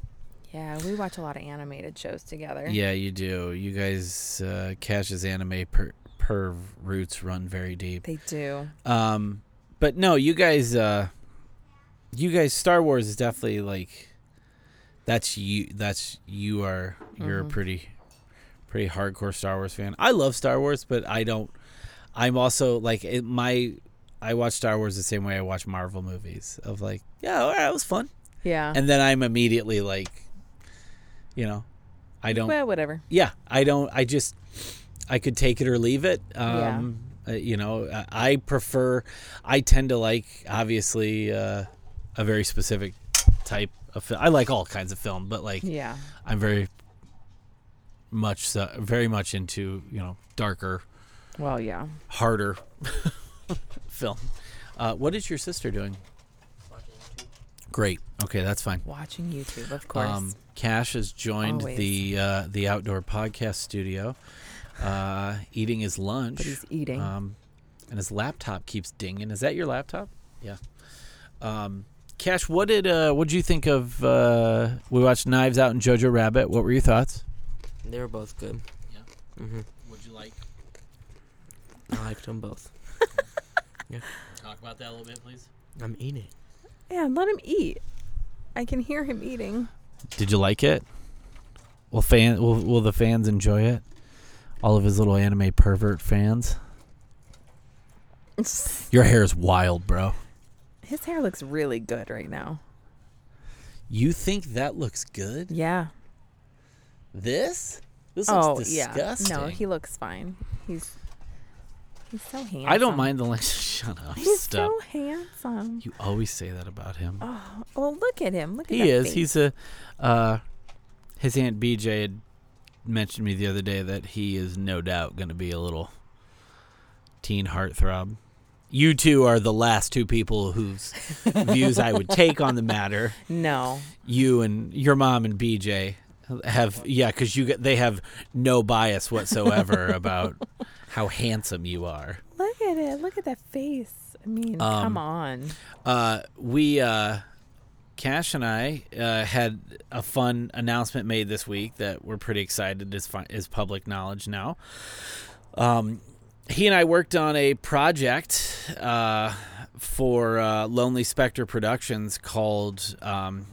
Speaker 3: Yeah, we watch a lot of animated shows together.
Speaker 2: Yeah, you do. You guys, uh, Cash's anime per, perv roots run very deep.
Speaker 3: They do.
Speaker 2: Um, but no, you guys, uh, you guys, Star Wars is definitely like that's you. That's you are. You're a pretty, pretty hardcore Star Wars fan. I love Star Wars, but I don't. I'm also like it, my. I watch Star Wars the same way I watch Marvel movies. Of like, yeah, all right, that was fun,
Speaker 3: Yeah.
Speaker 2: and then I'm immediately like, you know, I don't
Speaker 3: well, whatever.
Speaker 2: yeah i don't i just i could take it or leave it
Speaker 3: Yeah.
Speaker 2: um uh, you know I- i prefer i tend to like obviously uh a very specific type of film i like all kinds of film but like
Speaker 3: Yeah.
Speaker 2: i'm very much so, very much into you know darker
Speaker 3: Well, yeah.
Speaker 2: harder *laughs* film uh what is your sister doing great okay that's fine
Speaker 3: Watching YouTube,
Speaker 2: Um,
Speaker 3: of course.
Speaker 2: Cash has joined
Speaker 3: Always.
Speaker 2: the uh, the outdoor podcast studio, uh, eating his lunch.
Speaker 3: But he's e- eating.
Speaker 2: Um, and his laptop keeps dinging. Is that your laptop? Yeah. Um, Cash, what did uh, what did you think of? Uh, we watched Knives Out and Jojo Rabbit. What were your thoughts?
Speaker 5: They were both good.
Speaker 2: Would you like
Speaker 5: I liked them both.
Speaker 2: talk about that a little bit, please?
Speaker 5: I'm eating.
Speaker 3: yeah, let him eat. I can hear him *laughs* eating.
Speaker 2: Did you like it? Will fan will, will the fans enjoy it? All of his little anime pervert fans. Your hair is wild, bro.
Speaker 3: His hair looks really good right now.
Speaker 2: You think that looks good?
Speaker 3: Yeah.
Speaker 2: This? This looks
Speaker 3: Oh,
Speaker 2: disgusting.
Speaker 3: yeah. No, he looks fine. He's he's so handsome.
Speaker 2: I don't mind the length. *laughs* Shut up.
Speaker 3: He's
Speaker 2: Stop.
Speaker 3: so handsome.
Speaker 2: You always say that about him.
Speaker 3: Well, look at him. Look at
Speaker 2: he
Speaker 3: that
Speaker 2: is.
Speaker 3: face.
Speaker 2: He's a. Uh, his aunt BJ had mentioned to me the other day that he is no doubt going to be a little teen heartthrob. You two are the last two people
Speaker 3: *laughs*
Speaker 2: whose views I would take on the matter.
Speaker 3: no.
Speaker 2: you and your mom and BJ have yeah cuz you get- they have no bias whatsoever about
Speaker 3: *laughs*
Speaker 2: how handsome you are.
Speaker 3: Look at it. Look at that face. I mean,
Speaker 2: Um,
Speaker 3: come on.
Speaker 2: Uh we uh Cash and I uh, had a fun announcement made this week that we're pretty excited is fi- is public knowledge now. Um he and I worked on a project uh for uh, Lonely Spectre Productions called um,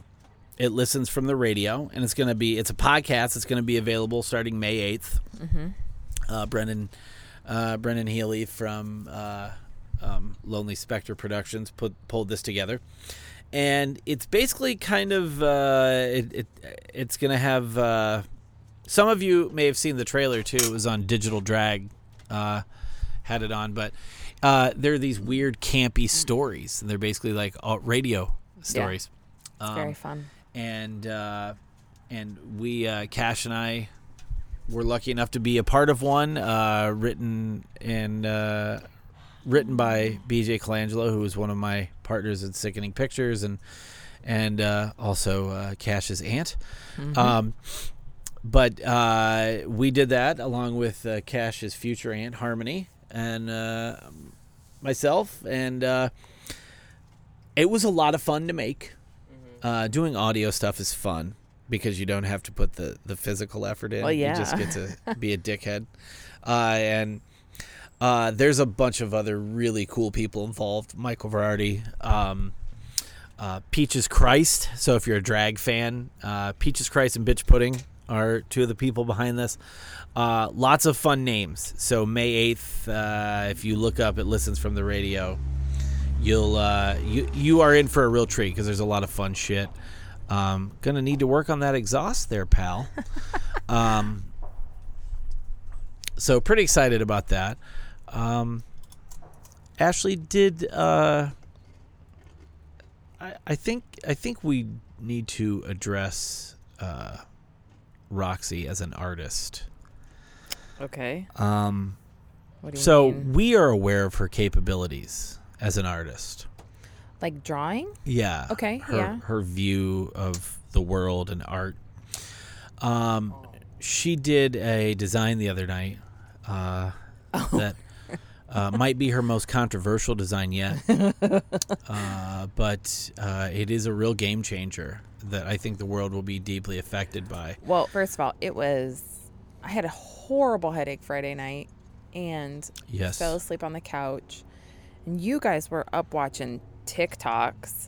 Speaker 2: it listens from the radio and it's going to be it's a podcast it's going to be available starting may 8th uh, brendan uh, Brendan Healy from uh, um, Lonely Spectre Productions put pulled this together, and it's basically kind of uh, it, it it's gonna have uh, some of you may have seen the trailer too. It was on Digital Drag, uh, had it on, but uh, there are these weird campy stories, and they're basically like uh, radio stories
Speaker 3: It's
Speaker 2: um,
Speaker 3: very fun.
Speaker 2: and uh, and we uh, Cash and I were lucky enough to be a part of one uh, written and uh, written by BJ Colangelo, who was one of my partners in Sickening Pictures, and and uh, also uh, Cash's aunt. Um, but uh, we did that along with uh, Cash's future aunt Harmony and uh, myself, and uh, it was a lot of fun to make. Uh, doing audio stuff is fun because you don't have to put the, the physical effort in.
Speaker 3: Well,
Speaker 2: You just
Speaker 3: yeah.
Speaker 2: get to be a dickhead. Uh, and uh, there's a bunch of other really cool people involved. Michael Verardi, um, uh, Peaches Christ. So if you're a drag fan, uh, Peaches Christ and Bitch Pudding are two of the people behind this. Uh, lots of fun names. So May 8th, uh, if you look up, it listens from the radio. You'll uh, you you are in for a real treat because there's a lot of fun shit. Um, gonna need to work on that exhaust there, pal. um, so pretty excited about that. Um, Ashley did. Uh, I, I think I think we need to address uh, Roxy as an artist.
Speaker 3: Okay.
Speaker 2: Um,
Speaker 3: What do you
Speaker 2: so
Speaker 3: mean?
Speaker 2: we are aware of her capabilities as an artist.
Speaker 3: like drawing?
Speaker 2: Yeah.
Speaker 3: Okay,
Speaker 2: Her,
Speaker 3: yeah.
Speaker 2: Her view of the world and art. Um, she did a design the other night. Uh,
Speaker 3: Oh.
Speaker 2: that uh, might be her most controversial design
Speaker 3: *laughs*
Speaker 2: yet. uh, but uh, it is a real game changer that I think the world will be deeply affected by.
Speaker 3: Well, first of all, it was I had a horrible headache Friday night and
Speaker 2: Yes.
Speaker 3: fell asleep on the couch. And you guys were up watching TikToks.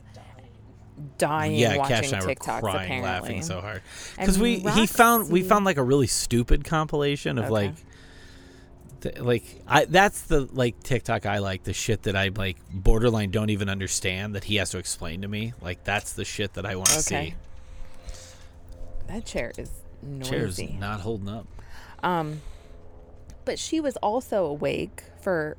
Speaker 3: Dying
Speaker 2: yeah,
Speaker 3: watching
Speaker 2: Cash and I were
Speaker 3: TikToks
Speaker 2: crying,
Speaker 3: apparently.
Speaker 2: laughing so hard because
Speaker 3: And
Speaker 2: we he found we
Speaker 3: Roxy-
Speaker 2: found like a really stupid compilation of
Speaker 3: Okay.
Speaker 2: like, th- like I that's the like TikTok I like the shit that I like borderline don't even understand that he has to explain to me like that's the shit that I want to
Speaker 3: Okay.
Speaker 2: see.
Speaker 3: That chair is noisy.
Speaker 2: Chair's not holding up.
Speaker 3: But she was also awake for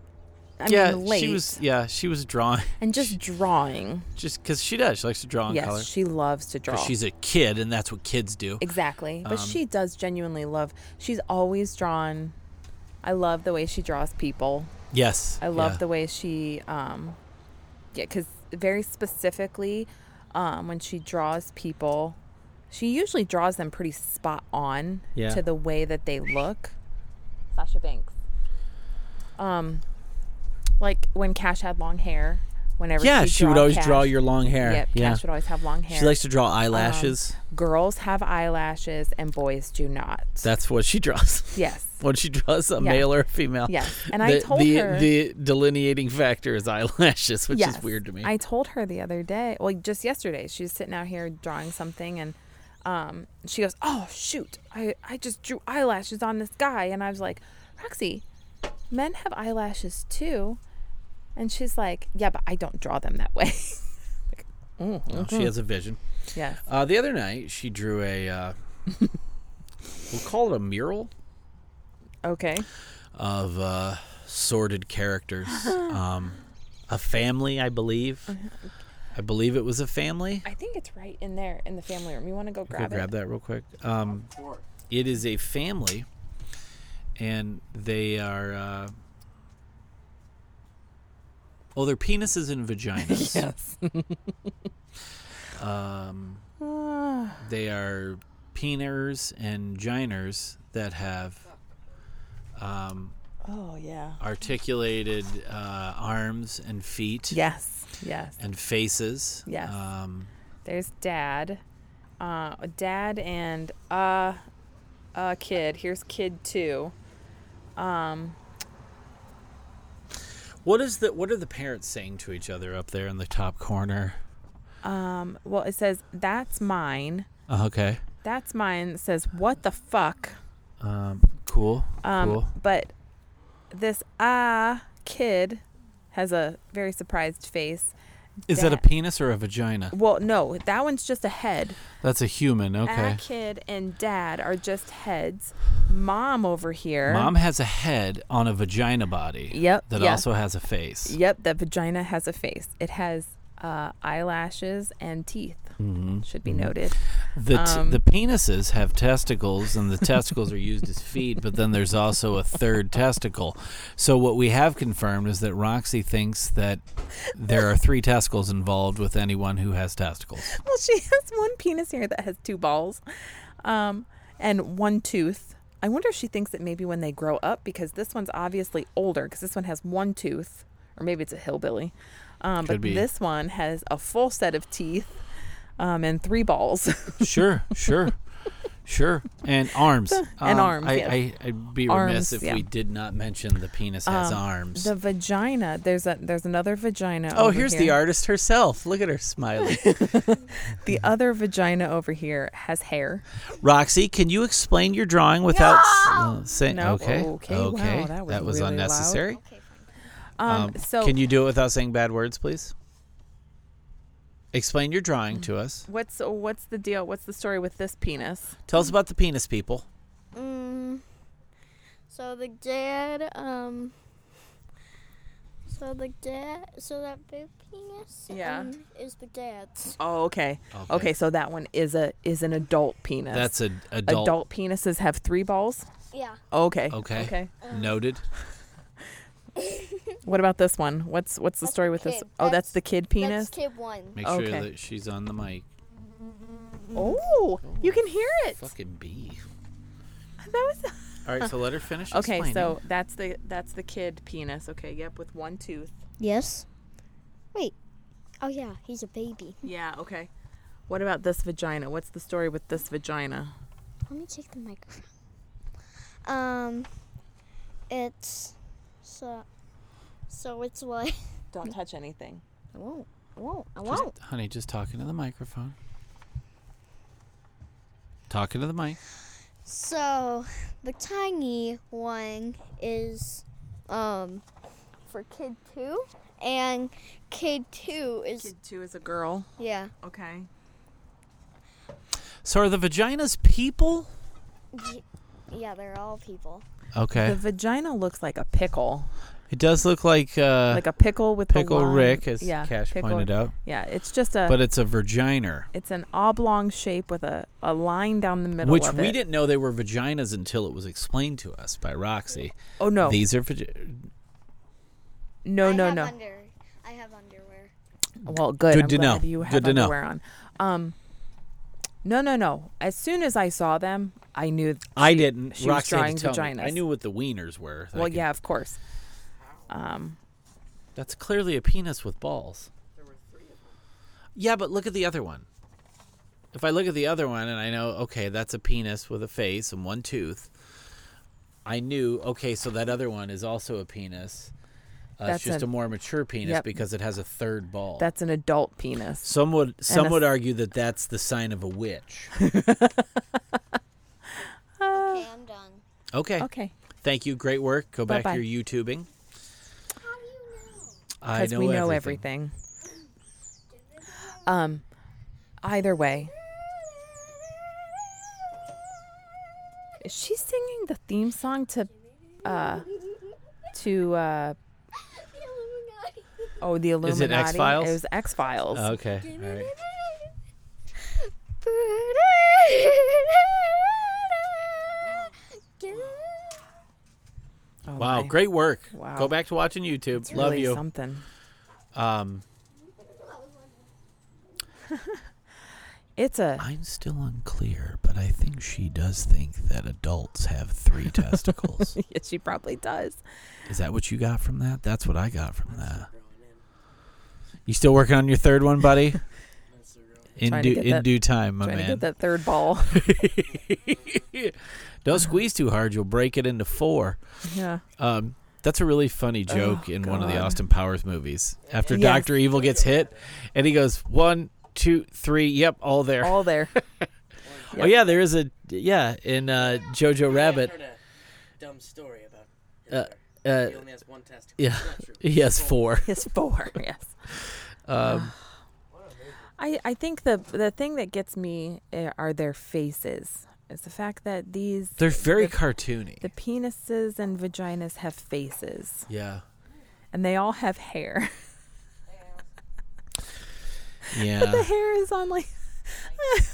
Speaker 3: I
Speaker 2: yeah,
Speaker 3: mean late
Speaker 2: she was. Yeah, she was drawing *laughs*
Speaker 3: and just drawing.
Speaker 2: just because she does. She likes to draw in
Speaker 3: yes,
Speaker 2: color.
Speaker 3: she loves to draw.
Speaker 2: She's um, a kid, and that's what kids do.
Speaker 3: Exactly. But she does genuinely love. She's always drawn. I love the way she draws people.
Speaker 2: yes,
Speaker 3: I love
Speaker 2: yeah.
Speaker 3: the way she um yeah cuz very specifically um when she draws people she usually draws them pretty spot on
Speaker 2: Yeah.
Speaker 3: to the way that they look. Sasha Banks. Um like when Cash had long hair, whenever
Speaker 2: Yeah,
Speaker 3: she'd
Speaker 2: she would
Speaker 3: draw
Speaker 2: always
Speaker 3: Cash-
Speaker 2: draw your long hair.
Speaker 3: Yep,
Speaker 2: yeah,
Speaker 3: Cash would always have long hair. Um,
Speaker 2: she likes to draw eyelashes.
Speaker 3: Girls have eyelashes and boys do not.
Speaker 2: that's what she draws. *laughs*
Speaker 3: yes.
Speaker 2: when she draws a
Speaker 3: Yeah.
Speaker 2: male or a female.
Speaker 3: Yes. And I
Speaker 2: the,
Speaker 3: told
Speaker 2: the,
Speaker 3: her-
Speaker 2: the delineating factor is eyelashes, *laughs* which
Speaker 3: Yes.
Speaker 2: is weird to me.
Speaker 3: I told her the other day, well, just yesterday, she was sitting out here drawing something, and um, she goes, "Oh shoot, I I just drew eyelashes on this guy," and I was like, "Roxy, men have eyelashes too," and she's like, "Yeah, but I don't draw them that way." *laughs*
Speaker 2: Well, Oh, she has a vision.
Speaker 3: yes.
Speaker 2: Uh, the other night, she drew a.
Speaker 3: *laughs*
Speaker 2: Uh, we'll call it a mural
Speaker 3: Okay.
Speaker 2: of uh, sordid
Speaker 3: *gasps*
Speaker 2: characters. um, a family, I believe.
Speaker 3: Uh-huh.
Speaker 2: I believe it was a family.
Speaker 3: I think it's right in there in the family room. You want to go
Speaker 2: Go
Speaker 3: grab it?
Speaker 2: grab that real quick. Um, it is a family, and they are. Uh, oh, they're penises and vaginas.
Speaker 3: *laughs* Yes.
Speaker 2: *laughs* Um, they are peeners and giners that have um,
Speaker 3: Oh yeah.
Speaker 2: articulated uh, arms and feet
Speaker 3: Yes. Yes.
Speaker 2: and faces.
Speaker 3: Yes.
Speaker 2: Um,
Speaker 3: There's dad. Uh, dad and uh, uh, kid. Here's kid two.
Speaker 2: what is the What are the parents saying to each other up there in the top corner?
Speaker 3: Well, it says that's mine.
Speaker 2: Uh, okay.
Speaker 3: That's mine. It says what the fuck.
Speaker 2: Um, cool.
Speaker 3: Um,
Speaker 2: cool.
Speaker 3: But this ah kid has a very surprised face.
Speaker 2: Is that a
Speaker 3: That-
Speaker 2: penis or a vagina?
Speaker 3: Well, no, that one's just a head.
Speaker 2: That's a human.
Speaker 3: Ah
Speaker 2: Okay.
Speaker 3: kid and dad are just heads. Mom over here.
Speaker 2: Mom has a head on a vagina body.
Speaker 3: Yep,
Speaker 2: That
Speaker 3: yeah.
Speaker 2: also has a face.
Speaker 3: Yep, the vagina has a face. It has uh, eyelashes and teeth.
Speaker 2: Mm-hmm.
Speaker 3: Should be noted. *laughs*
Speaker 2: The t-
Speaker 3: um,
Speaker 2: the penises have testicles, and the testicles are used as feet. But then there's also a third testicle. So what we have confirmed is that Roxy thinks that there are three testicles involved with anyone who has testicles.
Speaker 3: Well, she has one penis here that has two balls, um, and one tooth. I wonder if she thinks that maybe when they grow up, because this one's obviously older, because this one has one tooth, or maybe it's a hillbilly. Um,
Speaker 2: Could
Speaker 3: but
Speaker 2: be.
Speaker 3: this one has a full set of teeth um, and three
Speaker 2: *laughs*
Speaker 3: balls. *laughs*
Speaker 2: Sure, sure, sure. And arms. Um,
Speaker 3: And arms,
Speaker 2: I,
Speaker 3: yes.
Speaker 2: I, I'd be remiss
Speaker 3: Arms,
Speaker 2: if
Speaker 3: yeah. Um,
Speaker 2: we did not mention the penis has arms.
Speaker 3: the vagina. There's a there's another vagina.
Speaker 2: oh,
Speaker 3: over
Speaker 2: here's
Speaker 3: here.
Speaker 2: the artist herself. Look at her
Speaker 3: *laughs*
Speaker 2: smiling.
Speaker 3: The other vagina over here has hair.
Speaker 2: Roxy, can you explain your drawing without no! saying?
Speaker 3: No.
Speaker 2: Okay,
Speaker 3: Okay, wow,
Speaker 2: okay.
Speaker 3: that was really loud.
Speaker 2: unnecessary.
Speaker 3: Um,
Speaker 2: Um,
Speaker 3: so
Speaker 2: can you do it without saying bad words, please? Explain your drawing to us.
Speaker 3: what's what's the deal? What's the story with this penis?
Speaker 2: Tell us about the penis people.
Speaker 6: Mm, so the dad, um, so the dad, so that big penis,
Speaker 3: Yeah.
Speaker 6: um, is the dad's.
Speaker 3: Oh, okay.
Speaker 2: Okay.
Speaker 3: okay. so that one is a is an adult penis.
Speaker 2: That's an adult.
Speaker 3: adult. penises have three balls.
Speaker 6: Yeah.
Speaker 3: Okay.
Speaker 2: Okay.
Speaker 3: Okay.
Speaker 2: Noted.
Speaker 3: What about this one? What's what's the
Speaker 6: That's
Speaker 3: story
Speaker 6: the
Speaker 3: with this?
Speaker 6: kid.
Speaker 3: Oh, that's,
Speaker 6: That's-
Speaker 3: the kid penis.
Speaker 6: That's kid one.
Speaker 2: Make sure
Speaker 3: Okay.
Speaker 2: that she's on the mic.
Speaker 3: Oh, you can hear it.
Speaker 2: Fucking bee.
Speaker 3: That was
Speaker 2: All right, so let her finish.
Speaker 3: *laughs* okay.
Speaker 2: explaining.
Speaker 3: So that's the that's the kid penis. Okay. Yep. With one tooth.
Speaker 6: Yes. Wait. Oh yeah, he's a baby.
Speaker 3: Yeah. Okay. What about this vagina? What's the story with this vagina?
Speaker 6: Let me take the microphone. Um, it's so, so it's like.
Speaker 3: Don't touch anything.
Speaker 6: I won't. I won't. I
Speaker 2: Just-
Speaker 6: won't.
Speaker 2: honey, just talking to the microphone. Talking to the mic.
Speaker 6: So the tiny one is um for kid two, and kid two is
Speaker 3: Kid two is a girl.
Speaker 6: yeah
Speaker 3: Okay.
Speaker 2: So are the vaginas people?
Speaker 6: Y- yeah they're all people.
Speaker 2: Okay.
Speaker 3: The vagina looks like a pickle,
Speaker 2: it does look like uh,
Speaker 3: like a pickle with
Speaker 2: pickle
Speaker 3: the lime.
Speaker 2: Rick, as
Speaker 3: yeah,
Speaker 2: Cash
Speaker 3: pickle-
Speaker 2: pointed out,
Speaker 3: Yeah, it's just a.
Speaker 2: but it's a vaginer,
Speaker 3: It's an oblong shape with a, a line down the middle
Speaker 2: which
Speaker 3: of
Speaker 2: we
Speaker 3: it.
Speaker 2: didn't know they were vaginas until it was explained to us by Roxy.
Speaker 3: Oh no.
Speaker 2: These are vagi-
Speaker 3: no,
Speaker 6: I
Speaker 3: Oh, no,
Speaker 6: have
Speaker 3: no.
Speaker 6: Under, I have underwear.
Speaker 3: well, good.
Speaker 2: Good
Speaker 3: I'm
Speaker 2: to
Speaker 3: glad
Speaker 2: know.
Speaker 3: You have
Speaker 2: Good to know.
Speaker 3: underwear on. Um No, no, no. As soon as I saw them, I knew th-
Speaker 2: I
Speaker 3: she-
Speaker 2: didn't.
Speaker 3: she was
Speaker 2: Roxy had
Speaker 3: drawing
Speaker 2: to tell me.
Speaker 3: vaginas.
Speaker 2: I knew what the wieners were. I
Speaker 3: Well,
Speaker 2: could-
Speaker 3: yeah, of course. Um
Speaker 2: That's clearly a penis with balls. Yeah, but look at the other one. If I look at the other one and I know, okay, that's a penis with a face and one tooth, I knew, okay, so that other one is also a penis. Uh, it's
Speaker 3: That's
Speaker 2: just a,
Speaker 3: a-
Speaker 2: more mature penis
Speaker 3: Yep.
Speaker 2: because it has a third ball.
Speaker 3: that's an adult penis.
Speaker 2: some would some
Speaker 3: a-
Speaker 2: would argue that that's the sign of a
Speaker 3: *laughs*
Speaker 2: witch.
Speaker 6: Okay, I'm done.
Speaker 2: Okay.
Speaker 3: Okay.
Speaker 2: Thank you. Great work. Go back
Speaker 3: Bye-bye.
Speaker 2: to your YouTubing.
Speaker 6: *laughs*
Speaker 2: How do you
Speaker 3: Because
Speaker 2: know? I know
Speaker 3: we know
Speaker 2: everything.
Speaker 3: everything. Um either way. Is she singing the theme song to uh to uh Oh, the Illuminati.
Speaker 2: Is it X-Files? Oh,
Speaker 3: It was X Files.
Speaker 2: Okay. All right.
Speaker 3: Oh,
Speaker 2: Wow,
Speaker 3: my.
Speaker 2: great work.
Speaker 3: Wow.
Speaker 2: Go back to watching YouTube.
Speaker 3: It's
Speaker 2: Love
Speaker 3: really
Speaker 2: you.
Speaker 3: Something.
Speaker 2: Um,
Speaker 3: It's a.
Speaker 2: I'm still unclear, but I think she does think that adults have
Speaker 3: *laughs*
Speaker 2: three testicles.
Speaker 3: Yeah, she probably does.
Speaker 2: Is that what you got from that? That's what I got from that. You still working on your third one,
Speaker 3: *laughs*
Speaker 2: buddy? in
Speaker 3: Trying to
Speaker 2: due,
Speaker 3: get
Speaker 2: in
Speaker 3: that-
Speaker 2: due time, my
Speaker 3: Trying to
Speaker 2: Oh, man.
Speaker 3: get that third ball. *laughs*
Speaker 2: *laughs* Don't squeeze too hard; you'll break it into four. *laughs*
Speaker 3: yeah.
Speaker 2: Um, that's a really funny joke in one of the
Speaker 3: Oh, God.
Speaker 2: Austin Powers movies. After
Speaker 3: Yes.
Speaker 2: Doctor Evil gets hit, and he goes one, two, three. Yep, all there.
Speaker 3: All there.
Speaker 2: Oh yeah, there is a yeah in uh, Jojo Rabbit.
Speaker 5: Dumb story about.
Speaker 2: Uh, uh,
Speaker 5: only has one testicle.
Speaker 2: yeah, *laughs* he has four.
Speaker 3: Yes, four. *laughs* yes.
Speaker 2: Um,
Speaker 3: *sighs* I, I think the the thing that gets me uh, are their faces. Is the fact that these
Speaker 2: they're very
Speaker 3: the,
Speaker 2: cartoony.
Speaker 3: the penises and vaginas have faces,
Speaker 2: yeah,
Speaker 3: and they all have hair. *laughs* the
Speaker 2: yeah,
Speaker 3: hair is on like. *laughs*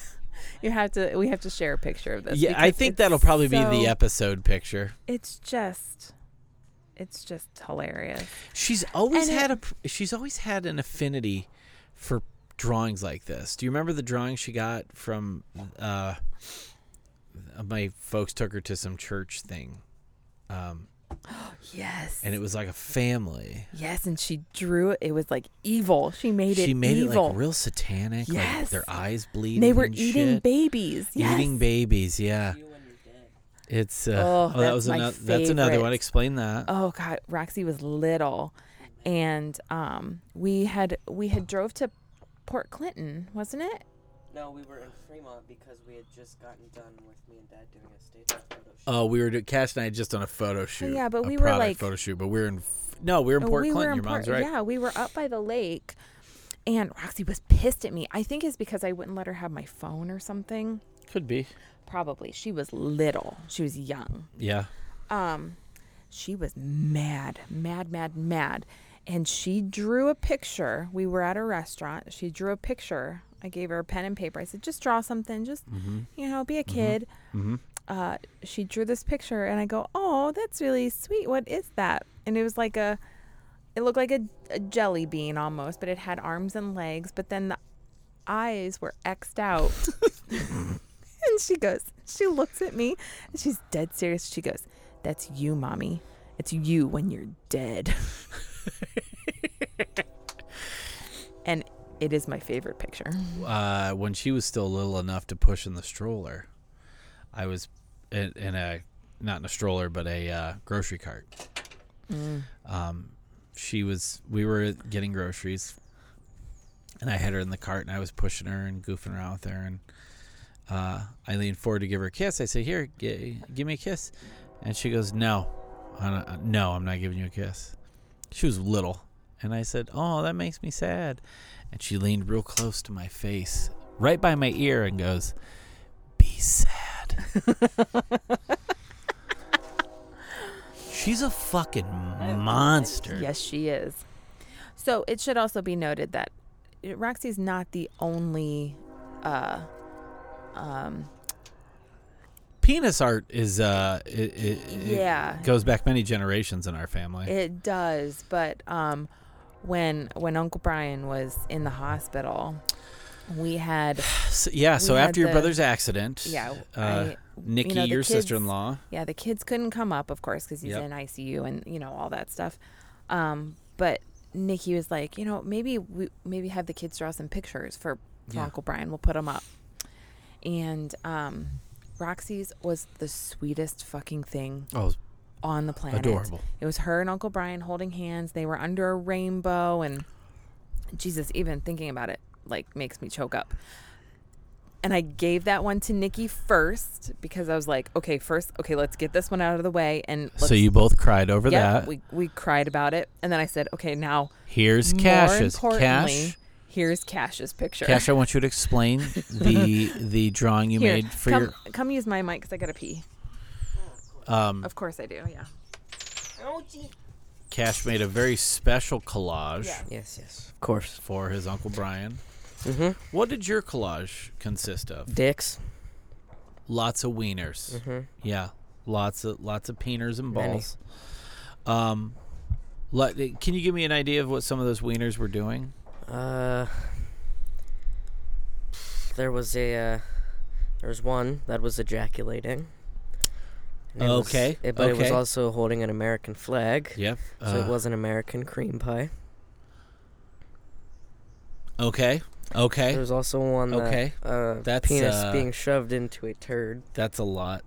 Speaker 3: you have to. We have to share a picture of this.
Speaker 2: yeah. I
Speaker 3: because
Speaker 2: think
Speaker 3: it's
Speaker 2: that'll probably be the
Speaker 3: so-
Speaker 2: episode picture.
Speaker 3: It's just, it's just hilarious.
Speaker 2: She's always
Speaker 3: And
Speaker 2: had a pr- she's always had an affinity for drawings like this. Do you remember the drawing she got from uh my folks took her to some church thing um
Speaker 3: Yes.
Speaker 2: and it was like a family.
Speaker 3: yes, and she drew it. It was like evil. She made it.
Speaker 2: she made
Speaker 3: evil.
Speaker 2: it like real satanic, like
Speaker 3: Yes.
Speaker 2: their eyes bleeding.
Speaker 3: And they were
Speaker 2: and
Speaker 3: eating
Speaker 2: shit.
Speaker 3: babies. Yes.
Speaker 2: Eating babies, yeah. It's uh,
Speaker 3: Oh,
Speaker 2: oh, that
Speaker 3: that's
Speaker 2: was
Speaker 3: my
Speaker 2: another that's another one.
Speaker 3: favorite.
Speaker 2: Explain that.
Speaker 3: oh god roxy was little and um we had we had drove to port clinton wasn't it
Speaker 5: No, we were in Fremont because we had just gotten done with me and Dad doing a state photo shoot.
Speaker 2: Oh, we were do- Cash and I just on a photo shoot.
Speaker 3: Oh, yeah, but
Speaker 2: a
Speaker 3: we were,
Speaker 2: product
Speaker 3: like-
Speaker 2: photo shoot, but we were in. F- No, we were in
Speaker 3: Oh,
Speaker 2: Port
Speaker 3: we
Speaker 2: Clinton.
Speaker 3: were in
Speaker 2: Your mom's
Speaker 3: Port-
Speaker 2: right.
Speaker 3: yeah we were up by the lake and roxy was pissed at me i think it's because i wouldn't let her have my phone or something
Speaker 2: Could be.
Speaker 3: probably she was little she was young
Speaker 2: Yeah.
Speaker 3: um she was mad mad mad mad and she drew a picture we were at a restaurant she drew a picture i gave her a pen and paper i said just draw something just you know be a kid uh, she drew this picture and i go oh that's really sweet what is that and it was like a it looked like a, a jelly bean almost but it had arms and legs but then the eyes were x'd out and she goes, she looks at me, and she's dead serious. She goes, That's you, mommy. It's you when you're dead. and it is my favorite picture.
Speaker 2: Uh, when she was still little enough to push in the stroller, I was in, in a not in a stroller, but a uh, grocery cart. Um, she was. We were getting groceries, and I had her in the cart, and I was pushing her and goofing around with her, and uh, I leaned forward to give her a kiss. I said, "Here, g- give me a kiss," and she goes, "No, I don't, uh, no, I'm not giving you a kiss." She was little, and I said, "Oh, that makes me sad." And she leaned real close to my face, right by my ear, and goes, Be sad. She's a fucking monster.
Speaker 3: Yes, she is. So it should also be noted that Roxy's not the only. Uh, um,
Speaker 2: Penis art is, uh, it, it, it
Speaker 3: Yeah.
Speaker 2: goes back many generations in our family.
Speaker 3: it does, but um, when when Uncle Brian was in the hospital, we had
Speaker 2: So- yeah, so
Speaker 3: we had
Speaker 2: after your
Speaker 3: the-
Speaker 2: brother's accident,
Speaker 3: Yeah,
Speaker 2: uh,
Speaker 3: I-
Speaker 2: Nikki,
Speaker 3: you know, the
Speaker 2: your
Speaker 3: kids-
Speaker 2: sister in law,
Speaker 3: Yeah, the kids couldn't come up, of course, because he's
Speaker 2: Yep.
Speaker 3: in ICU and you know all that stuff. Um, but Nikki was like, you know, maybe we maybe have the kids draw some pictures for, for
Speaker 2: Yeah.
Speaker 3: Uncle Brian. We'll put them up. And um, Roxy's was the sweetest fucking thing
Speaker 2: oh,
Speaker 3: on the planet.
Speaker 2: Adorable.
Speaker 3: It was her and Uncle Brian holding hands. They were under a rainbow, and Jesus, even thinking about it, like makes me choke up. And I gave that one to Nikki first because I was like, okay, first, okay, let's get this one out of the way, and let's,
Speaker 2: so you both cried over
Speaker 3: yeah,
Speaker 2: that.
Speaker 3: we we cried about it, and then I said, okay, now
Speaker 2: Here's
Speaker 3: more
Speaker 2: Cash's.
Speaker 3: importantly,
Speaker 2: Cash,
Speaker 3: here's Cash's picture.
Speaker 2: Cash, I want you to explain
Speaker 3: *laughs*
Speaker 2: the the drawing you
Speaker 3: Here,
Speaker 2: made for
Speaker 3: come
Speaker 2: your
Speaker 3: come use my mic because I gotta pee.
Speaker 2: um,
Speaker 3: Of course I do. Yeah.
Speaker 2: Cash made a very special collage
Speaker 5: Yes, yes. Of course.
Speaker 2: for his uncle Brian.
Speaker 3: Mm-hmm.
Speaker 2: What did your collage consist of?
Speaker 5: Dicks.
Speaker 2: Lots of wieners. Yeah, lots of lots of peeners and
Speaker 5: Many.
Speaker 2: balls. Um, lo- can you give me an idea of what some of those wieners were doing?
Speaker 5: Uh, there was a uh, there was one that was ejaculating. And it was-
Speaker 2: Okay,
Speaker 5: it- but it was
Speaker 2: okay.
Speaker 5: also holding an American flag.
Speaker 2: Yep.
Speaker 5: So
Speaker 2: uh,
Speaker 5: it was an American cream pie.
Speaker 2: Okay.
Speaker 5: There
Speaker 2: Okay.
Speaker 5: was also one that,
Speaker 2: Okay.
Speaker 5: uh,
Speaker 2: That's,
Speaker 5: penis
Speaker 2: uh,
Speaker 5: being shoved into a turd.
Speaker 2: That's a lot.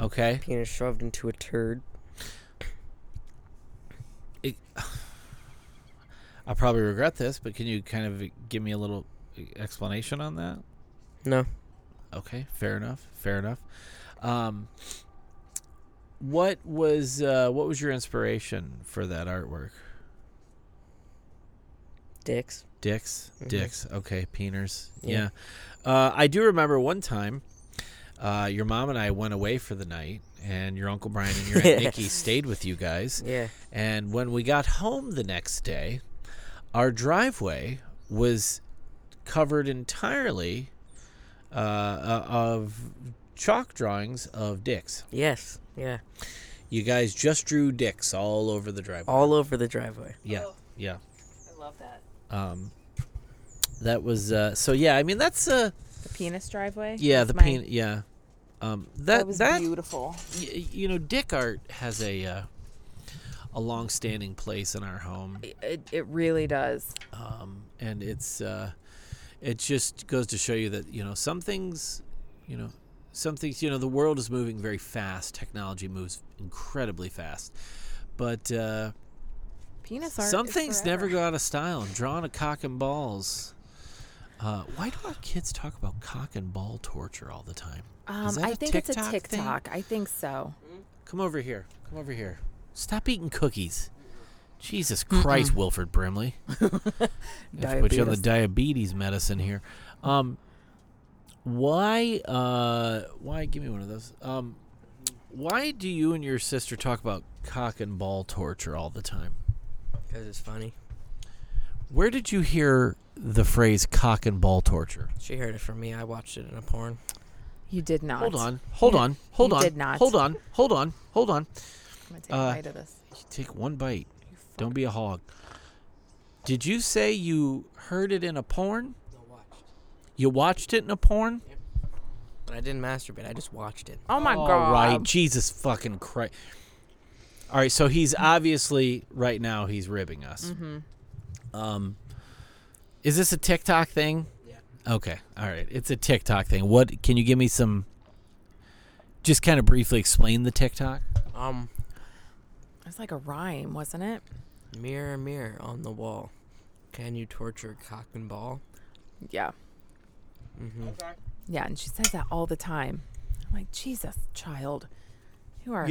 Speaker 2: Okay.
Speaker 5: Penis shoved into a turd.
Speaker 2: it, *sighs* I'll probably regret this, but can you kind of give me a little explanation on that?
Speaker 5: No.
Speaker 2: Okay, fair enough. Fair enough. Um, What was uh, what was your inspiration for that artwork?
Speaker 5: Dicks.
Speaker 2: Dicks, dicks. Okay, peeners. Yeah, Uh, I do remember one time. Uh, your mom and I went away for the night, and your uncle Brian and your aunt Nikki stayed with you guys.
Speaker 5: Yeah.
Speaker 2: And when we got home the next day, our driveway was covered entirely uh, uh, of chalk drawings of dicks.
Speaker 5: Yes. Yeah.
Speaker 2: You guys just drew dicks all over the driveway.
Speaker 5: All over the driveway.
Speaker 2: yeah, yeah.
Speaker 7: I love that.
Speaker 2: Um, that was uh, so. Yeah, I mean that's uh,
Speaker 3: The penis driveway.
Speaker 2: yeah
Speaker 3: That's
Speaker 2: the
Speaker 3: my-
Speaker 2: pain. Yeah, um, that
Speaker 3: That was
Speaker 2: that
Speaker 3: beautiful.
Speaker 2: y- you know, dick art has a uh, a long-standing place in our home.
Speaker 3: It, it really does.
Speaker 2: um, and it's uh, it just goes to show you that you know some things, you know, some things you know the world is moving very fast. Technology moves incredibly fast, but uh,
Speaker 3: Penis art.
Speaker 2: some
Speaker 3: is
Speaker 2: things never
Speaker 3: forever.
Speaker 2: go out of style. And drawing a cock and balls. Uh, why do our kids talk about cock and ball torture all the time?
Speaker 3: Um,
Speaker 2: Is that
Speaker 3: I
Speaker 2: a
Speaker 3: think it's a
Speaker 2: TikTok thing?
Speaker 3: TikTok. I think so.
Speaker 2: Come over here. Come over here. Stop eating cookies. Jesus Christ, Wilford
Speaker 3: *laughs*
Speaker 2: Brimley. I have to put you on the
Speaker 5: Diabetes.
Speaker 2: diabetes medicine here. Um, why? Uh, why? Give me one of those. Um, why do you and your sister talk about cock and ball torture all the time?
Speaker 5: Because it's funny.
Speaker 2: Where did you hear the phrase cock and ball torture?
Speaker 5: She heard it from me. I watched it in a porn.
Speaker 3: You did not.
Speaker 2: Hold on. Hold on. Hold
Speaker 3: You
Speaker 2: on.
Speaker 3: did not.
Speaker 2: Hold on. Hold on. Hold on.
Speaker 3: I'm gonna take
Speaker 2: Uh,
Speaker 3: a bite of this.
Speaker 2: Take one bite. Don't be a hog. Did you say you heard it in a porn? You watched it in a porn?
Speaker 5: But I didn't masturbate. I just watched it.
Speaker 3: Oh my
Speaker 2: All
Speaker 3: god.
Speaker 2: right, Jesus fucking Christ. All right, so he's obviously right now he's ribbing us. Um, is this a TikTok thing? Yeah. Okay. All right, it's a TikTok thing. What can you give me some? Just kind of briefly explain the TikTok.
Speaker 5: Um,
Speaker 3: It's like a rhyme, wasn't it?
Speaker 5: mirror, mirror on the wall. Can you torture cock and ball?
Speaker 3: Yeah.
Speaker 2: Mm-hmm.
Speaker 3: Yeah, and she says that all the time. I'm like, Jesus, child, you are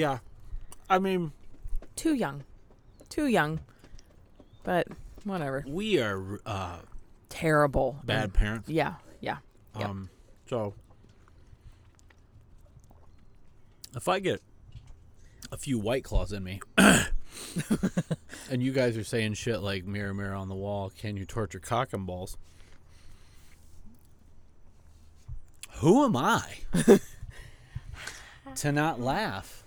Speaker 2: I mean,
Speaker 3: too young, too young. But whatever.
Speaker 2: we are uh,
Speaker 3: Terrible.
Speaker 2: bad parents.
Speaker 3: Yeah. Yeah. Yeah.
Speaker 2: Um, so if I get a few white claws in me, *coughs* and you guys are saying shit like "mirror, mirror on the wall," can you torture cock and balls? Who am I to not laugh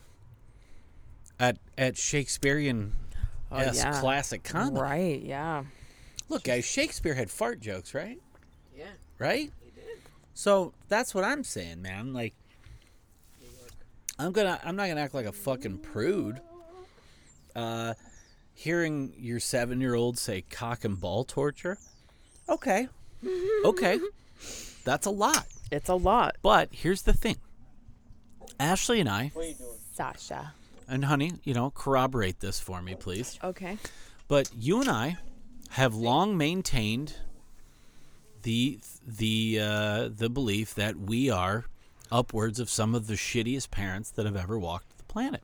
Speaker 2: at at Shakespearean esque
Speaker 3: yeah.
Speaker 2: classic comedy?
Speaker 3: Right. Yeah.
Speaker 2: Look, guys, Shakespeare had fart jokes, right?
Speaker 5: Yeah.
Speaker 2: right? So that's what I'm saying, man. Like, I'm gonna, I'm not gonna act like a fucking prude. Uh, hearing your seven-year-old say cock and ball torture, okay, okay, that's a lot.
Speaker 3: It's a lot,
Speaker 2: But here's the thing, Ashley and I,
Speaker 3: Sasha.
Speaker 2: and honey, you know, corroborate this for me, please.
Speaker 3: Okay.
Speaker 2: But you and I have long maintained the the uh, the belief that we are upwards of some of the shittiest parents that have ever walked the planet.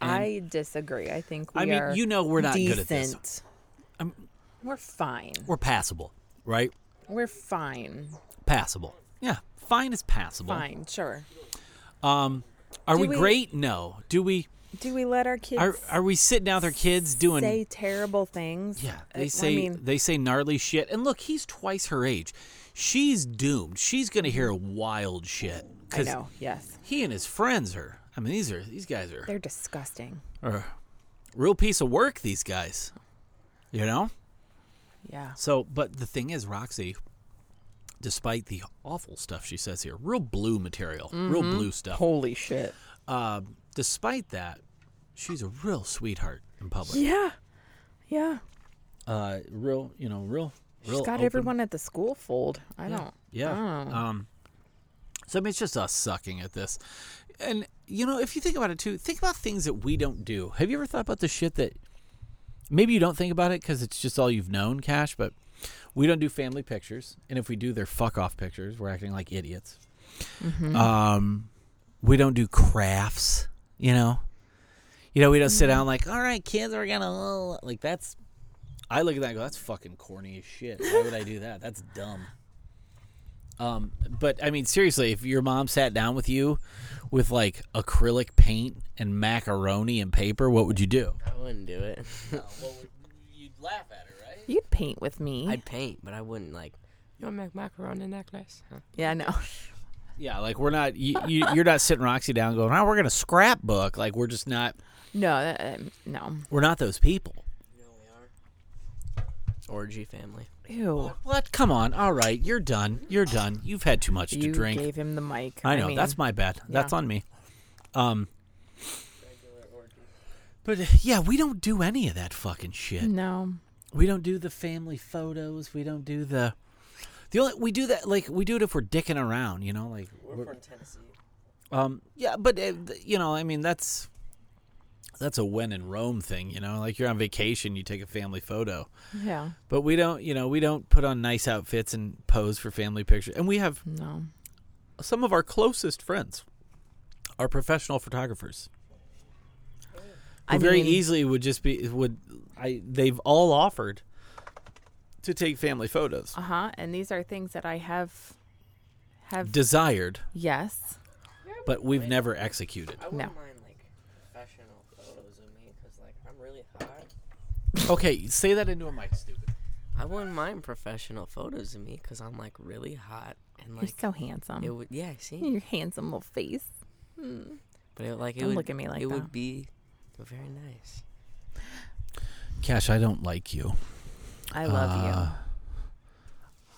Speaker 3: I disagree. I think we
Speaker 2: I mean,
Speaker 3: are
Speaker 2: you know we're not good at this.
Speaker 3: decent. We're fine.
Speaker 2: We're passable, right?
Speaker 3: We're fine.
Speaker 2: Passable. Yeah, fine is passable.
Speaker 3: Fine. Sure.
Speaker 2: Are
Speaker 3: Do
Speaker 2: we,
Speaker 3: we-
Speaker 2: great? No. Do we?
Speaker 3: Do we let our kids
Speaker 2: Are are we sitting out there, kids, doing?
Speaker 3: say terrible things?
Speaker 2: yeah,
Speaker 3: Uh,
Speaker 2: they
Speaker 3: I
Speaker 2: say
Speaker 3: mean,
Speaker 2: they say gnarly shit. And look, he's twice her age. She's doomed. She's gonna hear wild shit.
Speaker 3: Mm-hmm. I
Speaker 2: 'Cause
Speaker 3: know. Yes,
Speaker 2: he and his friends are. I mean, these are these guys are,
Speaker 3: they're disgusting.
Speaker 2: are real piece of work. These guys, you know.
Speaker 3: Yeah.
Speaker 2: So, but the thing is, Roxy, despite the awful stuff she says here, real blue material, real
Speaker 3: Mm-hmm.
Speaker 2: blue stuff.
Speaker 3: Holy shit.
Speaker 2: Um, despite that, she's a real sweetheart in public.
Speaker 3: Yeah. Yeah.
Speaker 2: Uh, real, you know, real,
Speaker 3: She's
Speaker 2: real.
Speaker 3: got
Speaker 2: open-
Speaker 3: everyone at the school fold. I don't.
Speaker 2: Yeah. Um, so I mean, it's just us sucking at this, and you know, if you think about it too, think about things that we don't do. Have you ever thought about the shit that maybe you don't think about it because it's just all you've known, Cash? But we don't do family pictures, and if we do, they're fuck off pictures. We're acting like idiots. Um, we don't do crafts. You know, You know, we don't sit down like, all right, kids, we're gonna like that's. I look at that and go, that's fucking corny as shit. Why would I do that? That's dumb. Um, but I mean, seriously, if your mom sat down with you with like acrylic paint and macaroni and paper, what would you do?
Speaker 5: I wouldn't do it. *laughs*
Speaker 2: You'd laugh at her, right?
Speaker 3: You'd paint with me.
Speaker 5: I'd paint, but I wouldn't like. You want to make macaroni necklace? Huh?
Speaker 3: yeah, no.
Speaker 2: Yeah, like we're not. You, you, you're not sitting Roxy down going, oh, we're gonna scrapbook. Like we're just not.
Speaker 3: *laughs* No, that, um, no.
Speaker 2: We're not those people.
Speaker 5: Orgy family.
Speaker 3: Ew.
Speaker 2: What? Come on. All right, you're done. You're done. You've had too much to
Speaker 3: You
Speaker 2: drink.
Speaker 3: gave him the mic.
Speaker 2: I know.
Speaker 3: mean,
Speaker 2: that's my bad. That's
Speaker 3: yeah.
Speaker 2: on me. Um. But yeah, we don't do any of that fucking shit.
Speaker 3: No.
Speaker 2: We don't do the family photos. We don't do the. The only we do that like we do it if we're dicking around, you know, like we're,
Speaker 5: from Tennessee.
Speaker 2: um yeah, but uh, th- you know, I mean that's that's a when in Rome thing, you know, like you're on vacation, you take a family photo.
Speaker 3: Yeah.
Speaker 2: But we don't, you know, we don't put on nice outfits and pose for family pictures. And we have
Speaker 3: No.
Speaker 2: some of our closest friends are professional photographers. Who
Speaker 3: I
Speaker 2: very
Speaker 3: mean-
Speaker 2: easily would just be would I they've all offered to take family photos.
Speaker 3: Uh huh. And these are things that I have. Have
Speaker 2: Desired,
Speaker 3: yes.
Speaker 2: but we've never executed.
Speaker 5: I
Speaker 3: wouldn't No.
Speaker 5: mind like professional photos of me because like I'm really hot.
Speaker 2: Okay, say that into a mic, stupid.
Speaker 5: I wouldn't mind professional photos of me because I'm like really hot and
Speaker 3: You're
Speaker 5: like
Speaker 3: so handsome.
Speaker 5: it would. Yeah, see,
Speaker 3: *laughs* Your handsome little face.
Speaker 5: but it, like it
Speaker 3: Don't
Speaker 5: would
Speaker 3: look at me like
Speaker 5: it
Speaker 3: that.
Speaker 5: would be very nice.
Speaker 2: Cash, I don't like you.
Speaker 3: I love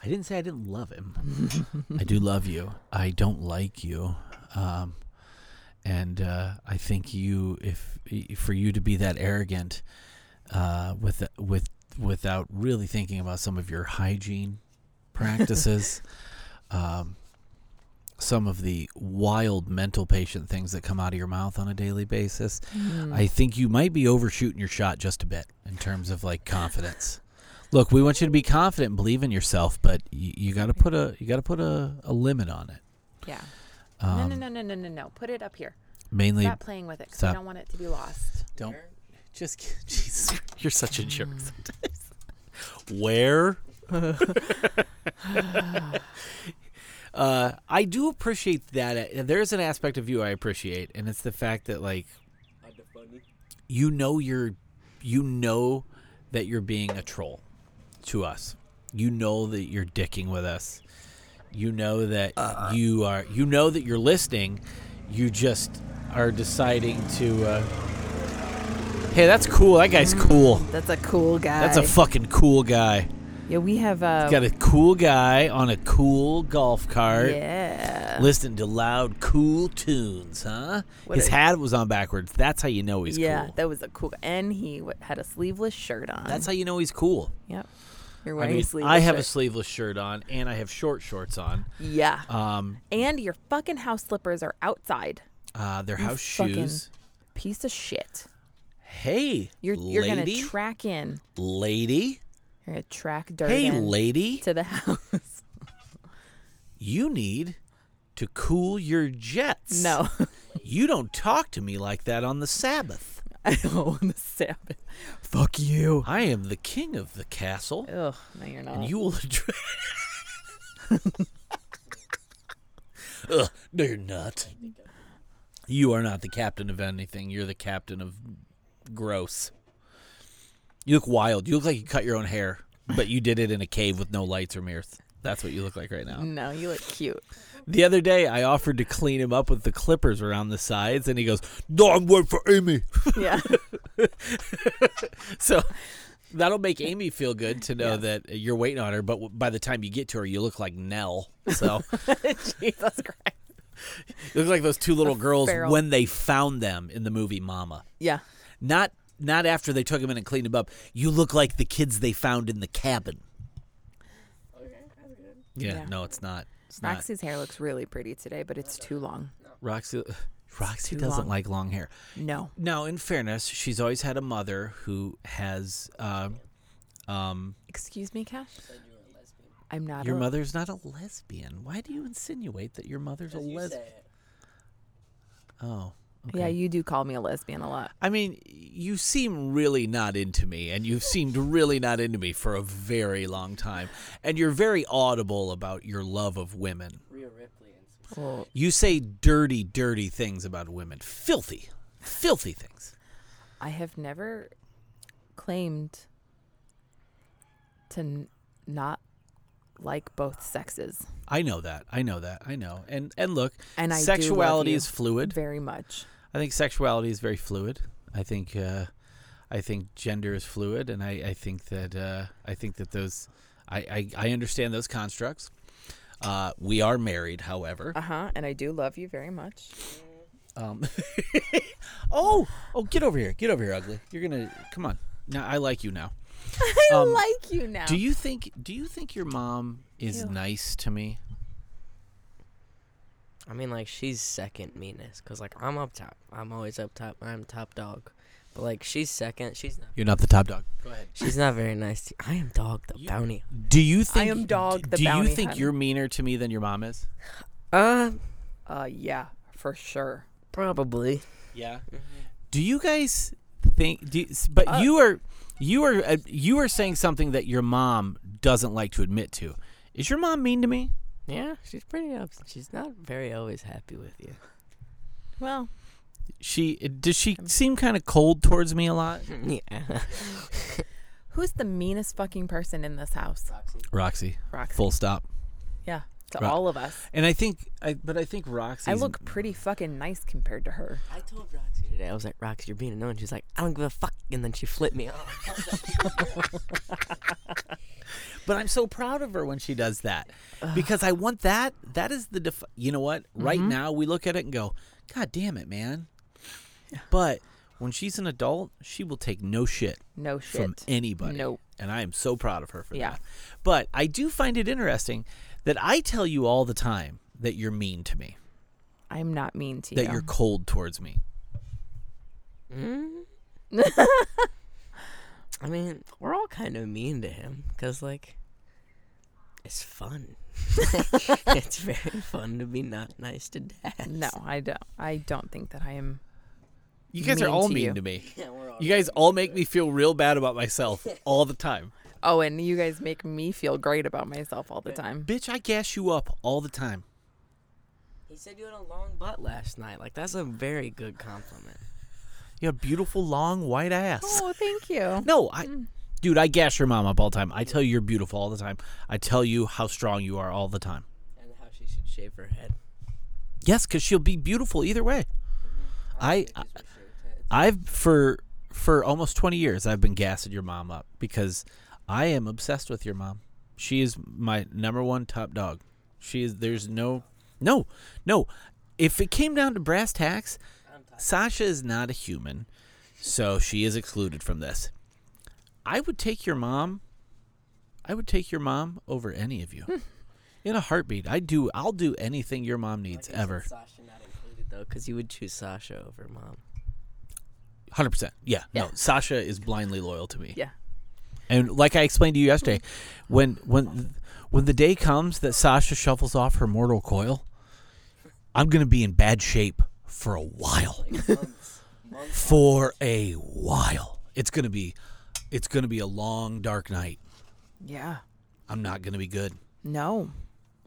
Speaker 2: I didn't say I didn't love him. I do love you. I don't like you. Um, and uh, I think you, if for you to be that arrogant, uh, with with without really thinking about some of your hygiene practices, um, some of the wild mental patient things that come out of your mouth on a daily basis, I think you might be overshooting your shot just a bit in terms of like confidence. Look, we want you to be confident and believe in yourself, but you, you got to put a you got to put a, a limit on it.
Speaker 3: you. Yeah.
Speaker 2: Um,
Speaker 3: no, no, no, no, no, no, no. Put it up here.
Speaker 2: Mainly,
Speaker 3: Stop playing with it 'cause I
Speaker 2: stop.
Speaker 3: don't want it to be lost.
Speaker 2: don't just kid- *laughs* Jesus, Hmm. you're such a jerk. Sometimes. Where? *laughs* uh, I do appreciate that. uh, There's an aspect of you I appreciate, and it's the fact that like you know you're you know that you're being a troll to us. You know that you're dicking with us. You know that you are you know that you're listening. You just are deciding to uh, Hey, that's cool. That guy's cool.
Speaker 3: That's a cool Mm-hmm. guy.
Speaker 2: That's a fucking cool guy.
Speaker 3: yeah, we have uh,
Speaker 2: Got a cool guy on a cool golf cart.
Speaker 3: yeah.
Speaker 2: Listening to loud, cool tunes, huh?
Speaker 3: What
Speaker 2: His
Speaker 3: a-
Speaker 2: hat was on backwards. That's how you know he's
Speaker 3: yeah,
Speaker 2: cool.
Speaker 3: that was a cool. And he w- had a sleeveless shirt on.
Speaker 2: That's how you know he's cool.
Speaker 3: Yep. You're
Speaker 2: I
Speaker 3: wearing
Speaker 2: mean,
Speaker 3: a sleeveless
Speaker 2: I have a
Speaker 3: shirt.
Speaker 2: sleeveless shirt on, and I have short shorts on.
Speaker 3: yeah.
Speaker 2: Um,
Speaker 3: and your fucking house slippers are outside.
Speaker 2: uh, their house
Speaker 3: fucking-
Speaker 2: shoes.
Speaker 3: Piece of shit.
Speaker 2: Hey,
Speaker 3: You're you're gonna
Speaker 2: lady,
Speaker 3: track in.
Speaker 2: lady.
Speaker 3: You're gonna track dirt
Speaker 2: Hey,
Speaker 3: in
Speaker 2: lady,
Speaker 3: to the house.
Speaker 2: you need to cool your jets.
Speaker 3: no,
Speaker 2: you don't talk to me like that on the Sabbath.
Speaker 3: *laughs* I don't want to stab it. Fuck you.
Speaker 2: I am the king of the castle,
Speaker 3: Ugh, no, you're not.
Speaker 2: and you will *laughs* address. Ugh, no, you're not. You are not the captain of anything. You're the captain of gross. You look wild. You look like you cut your own hair, but you did it in a cave with no lights or mirrors. That's what you look like right now.
Speaker 3: no, you look cute.
Speaker 2: The other day, I offered to clean him up with the clippers around the sides, and he goes, "No, I'm waiting for Amy."
Speaker 3: *laughs* Yeah.
Speaker 2: *laughs* So that'll make Amy feel good to know that you're waiting on her. But w- by the time you get to her, you look like Nell. So
Speaker 3: *laughs* Jesus Christ.
Speaker 2: you look like those two
Speaker 3: *laughs*
Speaker 2: little girls
Speaker 3: feral.
Speaker 2: when they found them in the movie Mama.
Speaker 3: Yeah.
Speaker 2: Not not after they took him in and cleaned him up. You look like the kids they found in the cabin. Yeah,
Speaker 3: Yeah.
Speaker 2: no, it's not. It's not.
Speaker 3: Roxy's hair looks really pretty today, but it's too long.
Speaker 2: Roxy, *sighs* Roxy
Speaker 3: too
Speaker 2: doesn't
Speaker 3: long.
Speaker 2: like long hair.
Speaker 3: No.
Speaker 2: Now, in fairness, she's always had a mother who has. Uh, um,
Speaker 3: Excuse me, Cash. I'm not.
Speaker 2: your
Speaker 3: a-
Speaker 2: mother's not a lesbian. Why do you insinuate that your mother's a lesbian? Oh,
Speaker 3: Yeah, you do call me a lesbian a lot.
Speaker 2: I mean, you seem really not into me, and you've seemed really not into me for a very long time. And you're very audible about your love of women.
Speaker 3: Well,
Speaker 2: You say dirty, dirty things about women. Filthy, filthy things.
Speaker 3: I have never claimed to n- not like both sexes.
Speaker 2: I know that. I know that. I know. And and look,
Speaker 3: And I do love
Speaker 2: sexuality
Speaker 3: you
Speaker 2: is fluid.
Speaker 3: Very much.
Speaker 2: I think sexuality is very fluid. I think uh, I think gender is fluid, and I, I think that uh, I think that those I, I, I understand those constructs. Uh, we are married, however.
Speaker 3: Uh huh. And I do love you very much.
Speaker 2: Um, oh, oh, get over here, get over here, ugly. You're gonna come on. Now I like you now.
Speaker 3: I
Speaker 2: Um,
Speaker 3: like you now.
Speaker 2: Do you think Do you think your mom is nice to me?
Speaker 5: I mean, like she's second meanest, cause like I'm up top. I'm always up top. I'm top dog. But like she's second. She's not.
Speaker 2: You're not the top dog. Go ahead.
Speaker 5: She's not very nice. To, I am dog the bounty.
Speaker 2: Do you think
Speaker 3: am Dog the
Speaker 2: Do you
Speaker 3: Bounty
Speaker 2: think
Speaker 3: Hunter.
Speaker 2: you're meaner to me than your mom is?
Speaker 5: Uh,
Speaker 3: uh, yeah, for sure.
Speaker 5: probably.
Speaker 2: Yeah. Mm-hmm. Do you guys think? Do you, s- but you are, you are, uh, you are saying something that your mom doesn't like to admit to. Is your mom mean to me?
Speaker 5: Yeah, she's pretty up. She's not very always happy with you.
Speaker 3: Well,
Speaker 2: She does she seem kind of cold towards me a lot?
Speaker 3: Hmm.
Speaker 5: yeah.
Speaker 3: who's the meanest fucking person in this house?
Speaker 2: Roxy.
Speaker 3: Roxy.
Speaker 2: Full stop.
Speaker 3: Yeah, to
Speaker 2: Right.
Speaker 3: all of us.
Speaker 2: And I think, I but I think Roxy.
Speaker 3: I look pretty fucking nice compared to her.
Speaker 5: *laughs* I told Roxy today. I was like, Roxy, you're being annoying. She's like, I don't give a fuck. And then she flipped me off.
Speaker 2: But I'm so proud of her when she does that because I want that. That is the def- you know what? Right
Speaker 3: Mm-hmm.
Speaker 2: now we look at it and go, God damn it, man. But when she's an adult, she will take no shit.
Speaker 3: No shit.
Speaker 2: from anybody.
Speaker 3: Nope.
Speaker 2: And I am so proud of her for
Speaker 3: Yeah.
Speaker 2: that. But I do find it interesting that I tell you all the time that you're mean to me,
Speaker 3: I'm not mean to
Speaker 2: that
Speaker 3: you.
Speaker 2: you're cold towards me.
Speaker 5: I mean, we're all kind of mean to him, cause like, it's fun. *laughs* it's very fun to be not nice to dad.
Speaker 2: *laughs*
Speaker 3: No, I don't. I don't think that I am.
Speaker 2: You guys are
Speaker 3: Mean
Speaker 2: all
Speaker 3: to
Speaker 2: mean
Speaker 3: you.
Speaker 2: to me. *laughs* you guys all make me feel real bad about *laughs* myself all the time.
Speaker 3: Oh, and you guys make me feel great about myself all the time.
Speaker 2: Bitch, I gas you up all the time.
Speaker 5: He said you had a long butt last night. Like that's a very good compliment.
Speaker 2: You have a beautiful long white ass.
Speaker 3: Oh, mm.
Speaker 2: *laughs*
Speaker 3: thank you.
Speaker 2: No, I Dude, I gas your mom up all the time. I tell you you're beautiful all the time. I tell you how strong you are all the time.
Speaker 5: And how she should shave her head.
Speaker 2: Yes, because she'll be beautiful either way. I, I I've for for almost twenty years I've been gassing your mom up because I am obsessed with your mom. She is my number one top dog. She is. There's no, no, no. If it came down to brass tacks, Sasha is not a human, so she is excluded from this. I would take your mom. I would take your mom over any of you. In a heartbeat, I do. I'll do anything your mom needs ever.
Speaker 5: Sasha not included though, cause you would choose Sasha over mom.
Speaker 2: Hundred percent. Yeah. No, Sasha is blindly loyal to me.
Speaker 3: Yeah.
Speaker 2: And like I explained to you yesterday, when when when the day comes that Sasha shuffles off her mortal coil, I'm gonna be in bad shape for a while. for a while. It's gonna be it's gonna be a long dark night.
Speaker 3: Yeah.
Speaker 2: I'm not gonna be good.
Speaker 3: No.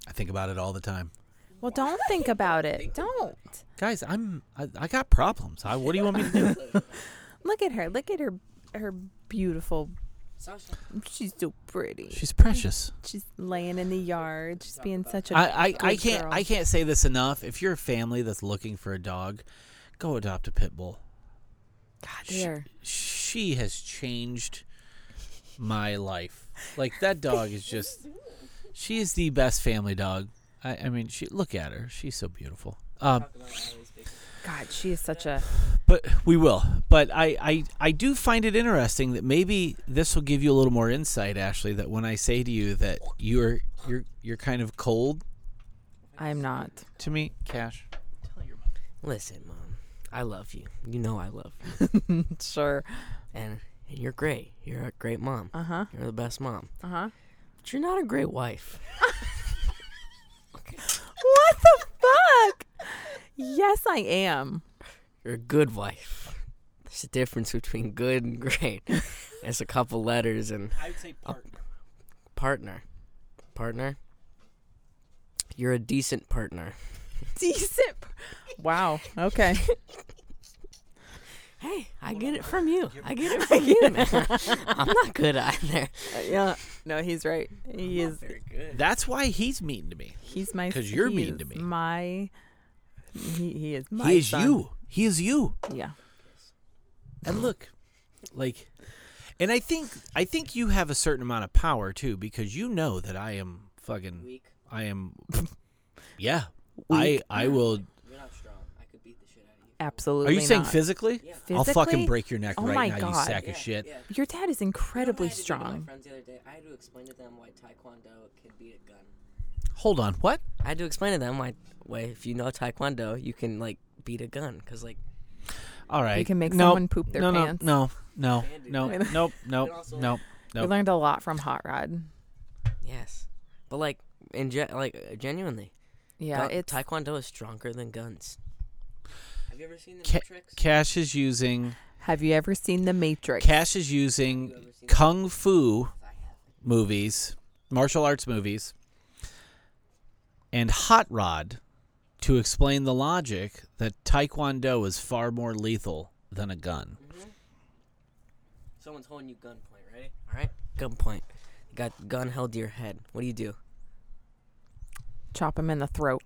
Speaker 2: I think about it all the time.
Speaker 3: Well, don't think about it. Don't.
Speaker 2: Guys, I'm I, I got problems. I, what do you want me to do?
Speaker 3: Look at her. Look at her. Her beautiful.
Speaker 5: Sasha.
Speaker 3: She's so pretty.
Speaker 2: She's precious.
Speaker 3: She's laying in the yard. She's being such a
Speaker 2: I, I, I
Speaker 3: good
Speaker 2: can't
Speaker 3: girl.
Speaker 2: I can't say this enough. If you're a family that's looking for a dog, go adopt a pit bull.
Speaker 3: God, they are-
Speaker 2: She has changed my life. Like that dog is just she is the best family dog. I, I mean she look at her. She's so beautiful. Um,
Speaker 3: God, she is such a.
Speaker 2: but we will. But I, I I do find it interesting that maybe this will give you a little more insight, Ashley, that when I say to you that you're you're you're kind of cold
Speaker 3: I'm not.
Speaker 2: to me, Cash.
Speaker 5: Listen, mom, I love you. You know I love you,
Speaker 3: Sure.
Speaker 5: and, and you're great. You're a great mom. Uh huh. You're the best mom. Uh
Speaker 3: Uh-huh.
Speaker 5: But you're not a great wife.
Speaker 3: What the fuck? Yes, I am.
Speaker 5: You're a good wife. There's a difference between good and *laughs* great. There's a couple letters and
Speaker 2: I would say partner.
Speaker 5: partner. Partner. You're a decent partner.
Speaker 3: Decent. par- Wow.
Speaker 2: *laughs*
Speaker 3: Okay.
Speaker 5: Hey, I get it from you. I get *laughs* it from you, man. I'm not good either.
Speaker 3: yeah. No, he's right. He is.
Speaker 2: That's why he's mean to me.
Speaker 3: He's my.
Speaker 2: 'Cause you're
Speaker 3: he
Speaker 2: mean
Speaker 3: is
Speaker 2: to me.
Speaker 3: My. He, he is my.
Speaker 2: he is
Speaker 3: son.
Speaker 2: you. He is you.
Speaker 3: Yeah.
Speaker 2: And look, like, and I think I think you have a certain amount of power too because you know that I am fucking.
Speaker 5: Weak.
Speaker 2: I am. Yeah.
Speaker 3: Weak.
Speaker 2: I I will.
Speaker 5: You're not strong. I could beat the shit out of you.
Speaker 3: Absolutely.
Speaker 2: Are you saying
Speaker 3: not.
Speaker 2: physically? I'll
Speaker 3: Physically?
Speaker 2: fucking break your neck
Speaker 3: Oh my
Speaker 2: right now, you
Speaker 3: God.
Speaker 2: sack of shit.
Speaker 3: Your dad is incredibly strong.
Speaker 5: friends the other day, I had to explain to them why taekwondo can beat a gun.
Speaker 2: Hold on, what?
Speaker 5: I had to explain to them why, why if you know taekwondo, you can like beat a gun because like
Speaker 2: All right.
Speaker 3: can make
Speaker 2: Nope.
Speaker 3: someone poop their
Speaker 2: no, no,
Speaker 3: pants.
Speaker 2: No,
Speaker 3: *laughs*
Speaker 2: no, no, no, nope, nope, nope,
Speaker 3: We
Speaker 2: nope.
Speaker 3: learned a lot from Hot Rod.
Speaker 5: yes, but like in ge- like uh, genuinely,
Speaker 3: Yeah.
Speaker 5: gun-
Speaker 3: it's
Speaker 5: taekwondo is stronger than guns. Have you ever seen the
Speaker 2: Ca- Cash is using
Speaker 3: Have you ever seen The Matrix?
Speaker 2: Cash is using kung fu movies, martial arts movies, and Hot Rod to explain the logic that Taekwondo is far more lethal than a gun.
Speaker 5: Someone's holding you gunpoint, right? All right, gunpoint. You got the gun held to your head. What do you do?
Speaker 3: Chop him in the throat.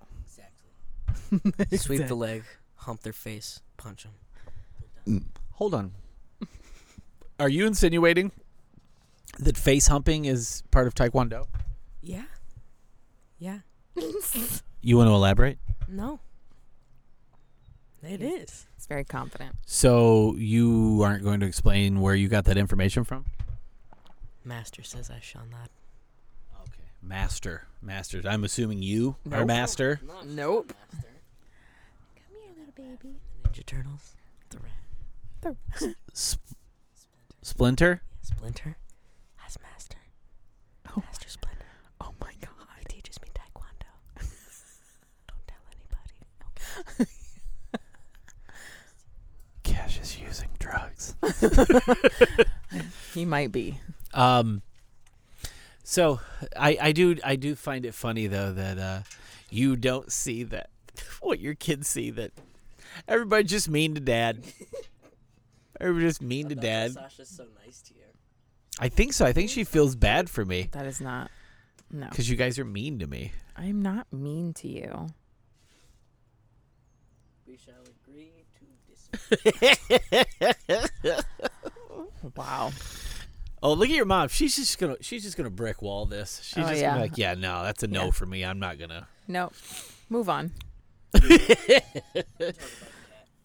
Speaker 5: Sweep the leg, hump their face, punch them.
Speaker 2: Hold on. Are you insinuating that face humping is part of Taekwondo?
Speaker 5: Yeah, yeah.
Speaker 2: You want to elaborate?
Speaker 5: No, it is.
Speaker 3: It's very confident.
Speaker 2: So you aren't going to explain where you got that information from?
Speaker 5: Master says I shall not.
Speaker 2: Okay. Master. Masters. I'm assuming you are master.
Speaker 3: Nope.
Speaker 6: Come here, little baby.
Speaker 5: Ninja Turtles, the rat,
Speaker 2: Sp- Splinter?
Speaker 5: Splinter, as master. master Splinter.
Speaker 3: Oh my god.
Speaker 5: He teaches me
Speaker 3: *laughs*
Speaker 5: taekwondo. Don't tell anybody.
Speaker 2: Cash is using drugs.
Speaker 3: He might be.
Speaker 2: Um so I, I do I do find it funny though that uh you don't see that *laughs* what your kids see that everybody just mean to dad. Everybody just mean to dad.
Speaker 5: Sasha's so nice to you.
Speaker 2: I think so. I think she feels bad for me
Speaker 3: That is not. No.
Speaker 2: because you guys are mean to me.
Speaker 3: I'm not mean to you.
Speaker 5: We shall agree to disagree.
Speaker 3: *laughs* Wow.
Speaker 2: Oh, look at your mom. She's just gonna she's just gonna brick wall this. She's
Speaker 3: Oh,
Speaker 2: just
Speaker 3: yeah.
Speaker 2: gonna be like, yeah, no, that's a no
Speaker 3: Yeah.
Speaker 2: for me. I'm not gonna.
Speaker 3: Nope. Move on.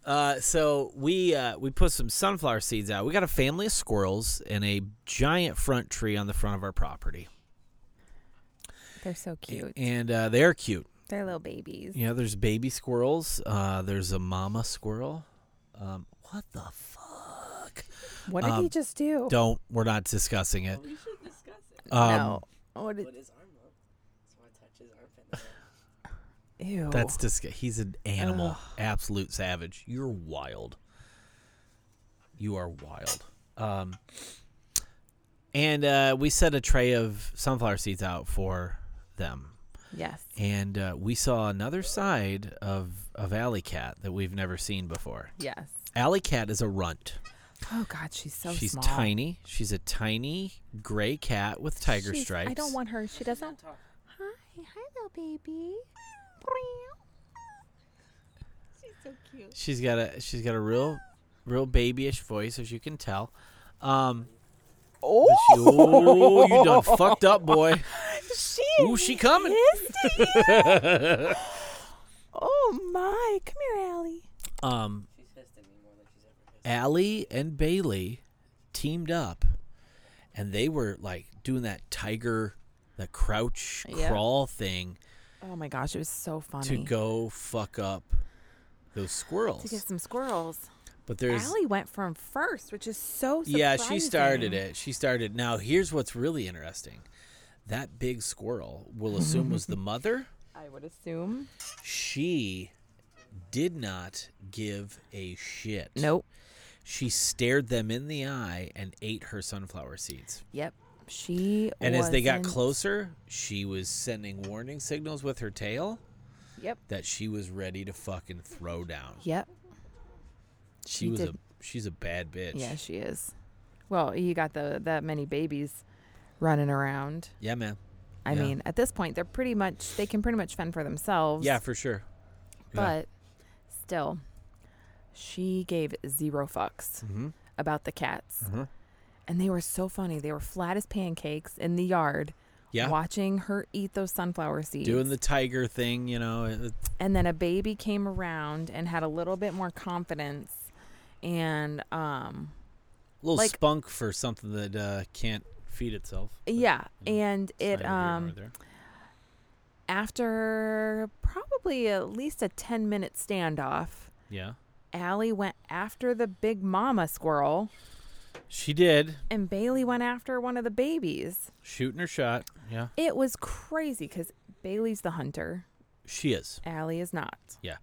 Speaker 2: Uh, so we uh, we put some sunflower seeds out. We got a family of squirrels and a giant front tree on the front of our property,
Speaker 3: They're so cute.
Speaker 2: and uh, they're cute.
Speaker 3: They're little babies.
Speaker 2: You know, there's baby squirrels. Uh, there's a mama squirrel. Um, what the fuck?
Speaker 3: What did he
Speaker 2: Um,
Speaker 3: just do?
Speaker 2: Don't. We're not discussing it.
Speaker 5: We should discuss it.
Speaker 2: Um,
Speaker 3: no. What did,
Speaker 5: Put his arm up. So I touch his armpit.
Speaker 3: ew.
Speaker 2: That's disgusting. He's an animal, absolute savage. You're wild. You are wild. Um, and uh, we set a tray of sunflower seeds out for them,
Speaker 3: yes.
Speaker 2: and uh, we saw another side of of alley cat that we've never seen before.
Speaker 3: Yes.
Speaker 2: Alley cat is a runt.
Speaker 3: Oh god, she's so
Speaker 2: She's
Speaker 3: small.
Speaker 2: tiny. She's a tiny gray cat with tiger
Speaker 3: She's-
Speaker 2: stripes.
Speaker 3: I don't want her. She doesn't.
Speaker 6: Hi, hi, little baby.
Speaker 2: She's got a she's got a real real babyish voice as you can tell. Um Oh, she, oh you done fucked up, boy.
Speaker 3: *laughs* She
Speaker 2: Ooh, she coming.
Speaker 3: Oh my! Come here, Allie.
Speaker 2: Um Allie and Bailey teamed up and they were like doing that tiger the crouch
Speaker 3: Yeah.
Speaker 2: crawl thing
Speaker 3: Oh my gosh, it was so funny
Speaker 2: to go fuck up those
Speaker 3: to
Speaker 2: squirrels.
Speaker 3: get some squirrels.
Speaker 2: But there's
Speaker 3: Allie went from first, which is so surprising.
Speaker 2: Yeah, she started it. She started. Now, here's what's really interesting. That
Speaker 3: *laughs*
Speaker 2: big squirrel, we'll assume was the mother.
Speaker 3: I would assume.
Speaker 2: She did not give a shit.
Speaker 3: Nope.
Speaker 2: She stared them in the eye and ate her sunflower seeds.
Speaker 3: Yep. She
Speaker 2: And as they got
Speaker 3: wasn't-
Speaker 2: closer, she was sending warning signals with her tail
Speaker 3: Yep.
Speaker 2: that she was ready to fucking throw down.
Speaker 3: Yep.
Speaker 2: She
Speaker 3: She
Speaker 2: was
Speaker 3: did-
Speaker 2: a she's a bad bitch.
Speaker 3: Yeah, she is. Well, you got the that many babies running around.
Speaker 2: Yeah, man.
Speaker 3: I
Speaker 2: Yeah.
Speaker 3: mean, at this point, they're pretty much they can pretty much fend for themselves.
Speaker 2: Yeah, for sure.
Speaker 3: but still, she gave zero fucks
Speaker 2: Mm-hmm.
Speaker 3: about the cats, and they were so funny. They were flat as pancakes in the yard.
Speaker 2: Yeah.
Speaker 3: watching her eat those sunflower seeds.
Speaker 2: Doing the tiger thing, you know. it-
Speaker 3: and then a baby came around and had a little bit more confidence, and um,
Speaker 2: little
Speaker 3: Like-
Speaker 2: spunk for something that uh, can't feed itself.
Speaker 3: yeah, and
Speaker 2: It's neither
Speaker 3: it
Speaker 2: here nor
Speaker 3: um.
Speaker 2: there.
Speaker 3: after probably at least a 10 minute standoff,
Speaker 2: yeah,
Speaker 3: Allie went after the big mama squirrel
Speaker 2: she did
Speaker 3: and Bailey went after one of the babies.
Speaker 2: shooting her shot. Yeah,
Speaker 3: It was crazy because Bailey's the hunter,
Speaker 2: she is.
Speaker 3: Allie is not.
Speaker 2: Yeah,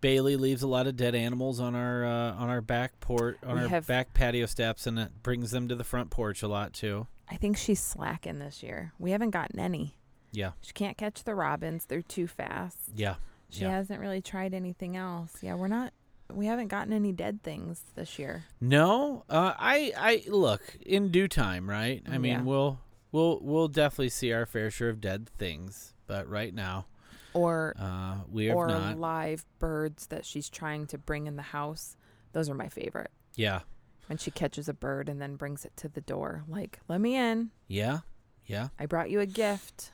Speaker 2: Bailey leaves a lot of dead animals on our uh, on our back port on
Speaker 3: We
Speaker 2: our
Speaker 3: have-
Speaker 2: back patio steps, and it brings them to the front porch a lot too.
Speaker 3: I think she's slacking this year. We haven't gotten any.
Speaker 2: Yeah,
Speaker 3: She can't catch the robins, they're too fast.
Speaker 2: yeah,
Speaker 3: She
Speaker 2: yeah.
Speaker 3: hasn't really tried anything else. Yeah, we're not. We haven't gotten any dead things this year.
Speaker 2: No, uh, I I look in due time, right? I mean,
Speaker 3: Yeah.
Speaker 2: we'll we'll we'll definitely see our fair share of dead things, but right now,
Speaker 3: Or
Speaker 2: uh, we have
Speaker 3: or
Speaker 2: not.
Speaker 3: live birds that she's trying to bring in the house. Those are my favorite.
Speaker 2: yeah,
Speaker 3: When she catches a bird and then brings it to the door, like, let me in.
Speaker 2: yeah, yeah.
Speaker 3: I brought you a gift.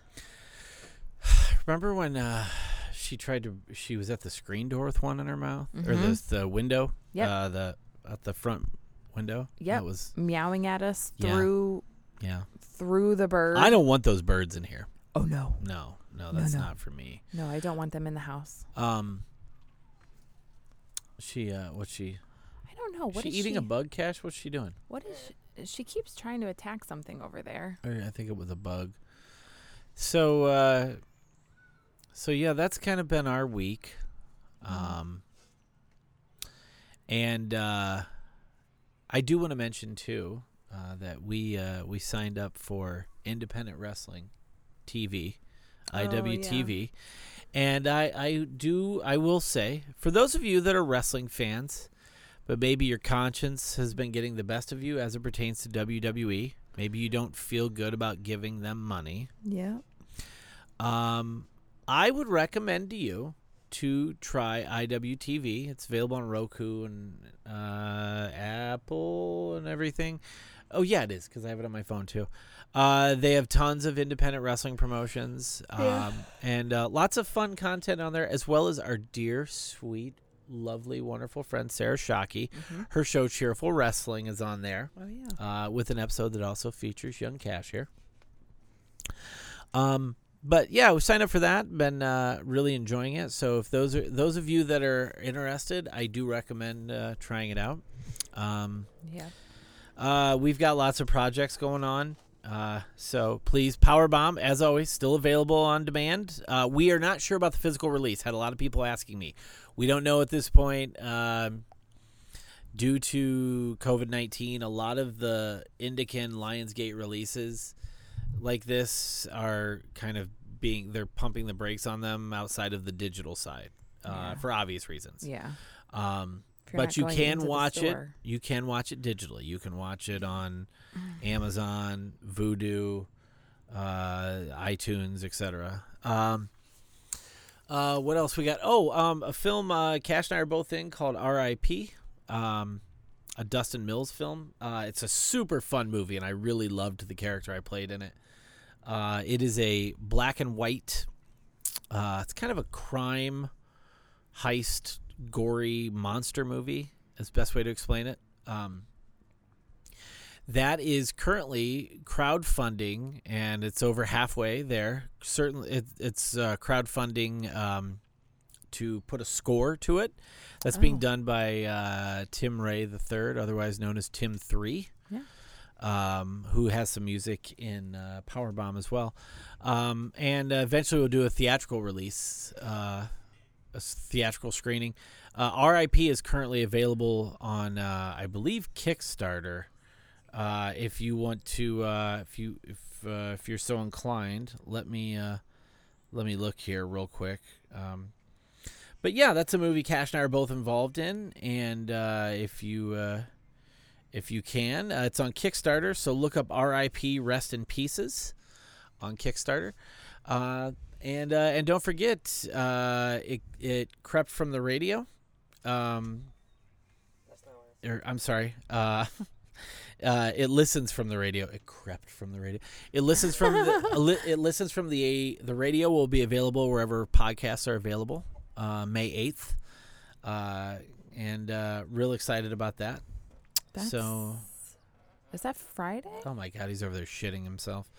Speaker 2: Remember when uh, she tried to? She was at the screen door with one in her mouth, or the the window.
Speaker 3: Mm-hmm. Yep.
Speaker 2: Uh, the at the front window.
Speaker 3: Yep.
Speaker 2: That was
Speaker 3: meowing at us
Speaker 2: Yeah.
Speaker 3: through
Speaker 2: yeah.
Speaker 3: through the bird.
Speaker 2: I don't want those birds in here.
Speaker 3: oh no.
Speaker 2: No, no, that's
Speaker 3: no.
Speaker 2: not for me.
Speaker 3: No, I don't want them in the house.
Speaker 2: Um. She uh, what's she?
Speaker 3: I don't know. What
Speaker 2: she
Speaker 3: is
Speaker 2: eating
Speaker 3: she,
Speaker 2: a bug cache? What's she doing?
Speaker 3: What is she, she keeps trying to attack something over there.
Speaker 2: Or I think it was a bug. So, uh, so yeah, that's kind of been our week.
Speaker 3: Mm-hmm.
Speaker 2: Um, and uh, I do want to mention too uh, that we uh, we signed up for Independent Wrestling TV,
Speaker 3: Oh,
Speaker 2: IWTV, and I I do I will say for those of you that are wrestling fans. But maybe your conscience has been getting the best of you as it pertains to WWE. Maybe you don't feel good about giving them money.
Speaker 3: Yeah.
Speaker 2: Um, I would recommend to you to try IWTV. It's available on Roku and uh, Apple and everything. Oh yeah, it is because I have it on my phone too. Uh, they have tons of independent wrestling promotions um, and uh, lots of fun content on there, as well as our dear, sweet, lovely, wonderful friend Sarah Shockey. Her show Cheerful Wrestling is on there
Speaker 3: Mm-hmm. Oh yeah.
Speaker 2: uh, with an episode that also features young Cash here. Um, but yeah, we signed up for that. Been uh, really enjoying it. So if those are those of you that are interested, I do recommend uh, trying it out. Um,
Speaker 3: Yeah.
Speaker 2: uh, we've got lots of projects going on. Uh, so please, Powerbomb, as always, still available on demand. Uh, we are not sure about the physical release. Had a lot of people asking me. We don't know at this point. Um, due to COVID 19, a lot of the Indican Lionsgate releases like this are kind of being, they're pumping the brakes on them outside of the digital side uh, for obvious reasons.
Speaker 3: Yeah.
Speaker 2: Um,
Speaker 3: If you're
Speaker 2: but
Speaker 3: not
Speaker 2: you
Speaker 3: going
Speaker 2: can
Speaker 3: into the
Speaker 2: watch it.
Speaker 3: store.
Speaker 2: You can watch it digitally. You can watch it on
Speaker 3: Mm.
Speaker 2: Amazon, Vudu, uh, iTunes, etc. Um, uh, what else we got? Oh, um, a film uh, Cash and I are both in called R.I.P. Um, a Dustin Mills film. Uh, it's a super fun movie, and I really loved the character I played in it. Uh, it is a black and white. Uh, it's kind of a crime heist, gory monster movie. Is the best way to explain it. Um, that is currently crowdfunding, and it's over halfway there. Certainly, it, it's uh, crowdfunding um, to put a score to it. That's being done by uh, Tim Ray III, otherwise known as Tim Three um, who has some music in uh, Powerbomb as well. Um, and uh, eventually we'll do a theatrical release uh, a s- theatrical screening. Uh, R.I.P. is currently available on, uh, I believe, Kickstarter. Uh, if you want to, uh, if you if uh, if you're so inclined, let me uh, let me look here real quick. Um, but yeah, that's a movie Cash and I are both involved in, and uh, if you uh, if you can, uh, it's on Kickstarter. So look up R.I.P. Rest in Pieces on Kickstarter. Uh, and uh, and don't forget, uh, it it crept from the radio. Um, or, I'm sorry. Uh, *laughs* uh, it listens from the radio. It crept from the radio. It listens from the, li- it listens from the the radio. Will be available wherever podcasts are available. Uh, May eighth, uh, and uh, real excited about that.
Speaker 3: That's-
Speaker 2: So
Speaker 3: Is that Friday?
Speaker 2: Oh my god, he's over there shitting himself.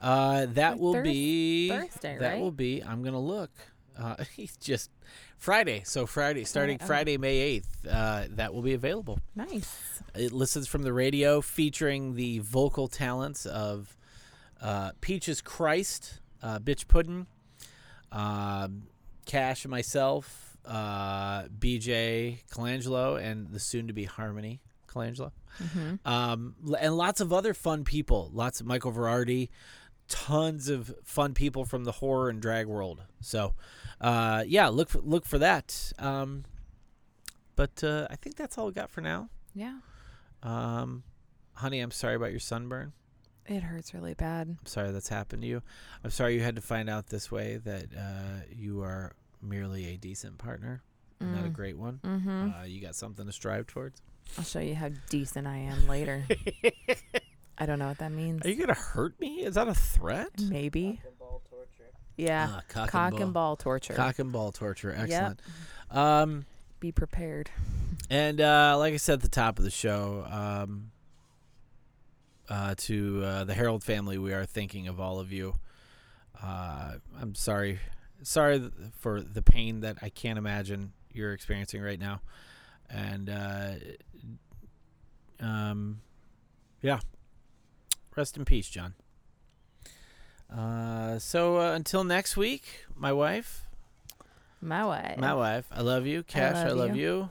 Speaker 2: Uh, that will
Speaker 3: Thurs-
Speaker 2: be
Speaker 3: Thursday,
Speaker 2: That
Speaker 3: right?
Speaker 2: will be. I'm gonna look. Uh, *laughs* he's just Friday. So Friday, starting
Speaker 3: Friday,
Speaker 2: Friday,
Speaker 3: okay.
Speaker 2: May eighth, uh, that will be available.
Speaker 3: Nice.
Speaker 2: It listens from the radio, featuring the vocal talents of uh, Peaches Christ, uh, Bitch Puddin', uh, Cash, and myself, uh, BJ Colangelo, and the soon-to-be Harmony Colangelo, um, l- and lots of other fun people. Lots of Michael Verardi, tons of fun people from the horror and drag world. So, uh, yeah, look for, look for that. Um, but uh, I think that's all we got for now.
Speaker 3: Yeah.
Speaker 2: Um, honey, I'm sorry about your sunburn.
Speaker 3: It hurts really bad.
Speaker 2: I'm sorry that's happened to you. I'm sorry you had to find out this way that uh, you are merely a decent partner, and not a great one.
Speaker 3: Mm-hmm.
Speaker 2: Uh, you got something to strive towards.
Speaker 3: I'll show you how decent I am
Speaker 2: *laughs*
Speaker 3: later. I don't know what that means.
Speaker 2: Are you gonna hurt me? Is that a threat?
Speaker 3: Maybe. Yeah.
Speaker 2: Ah, cock,
Speaker 3: Cock
Speaker 2: and, ball.
Speaker 3: torture.
Speaker 2: Cock and ball torture. Excellent. Um,
Speaker 3: Be prepared.
Speaker 2: and uh, like I said at the top of the show, um, uh, to uh, the Harold family, we are thinking of all of you. Uh, I'm sorry, sorry th- for the pain that I can't imagine you're experiencing right now, and uh, um, yeah, rest in peace, John. Uh, so uh, until next week, my wife,
Speaker 3: My way.
Speaker 2: my wife, I love you, Cash, I
Speaker 3: love
Speaker 2: love you,
Speaker 3: you.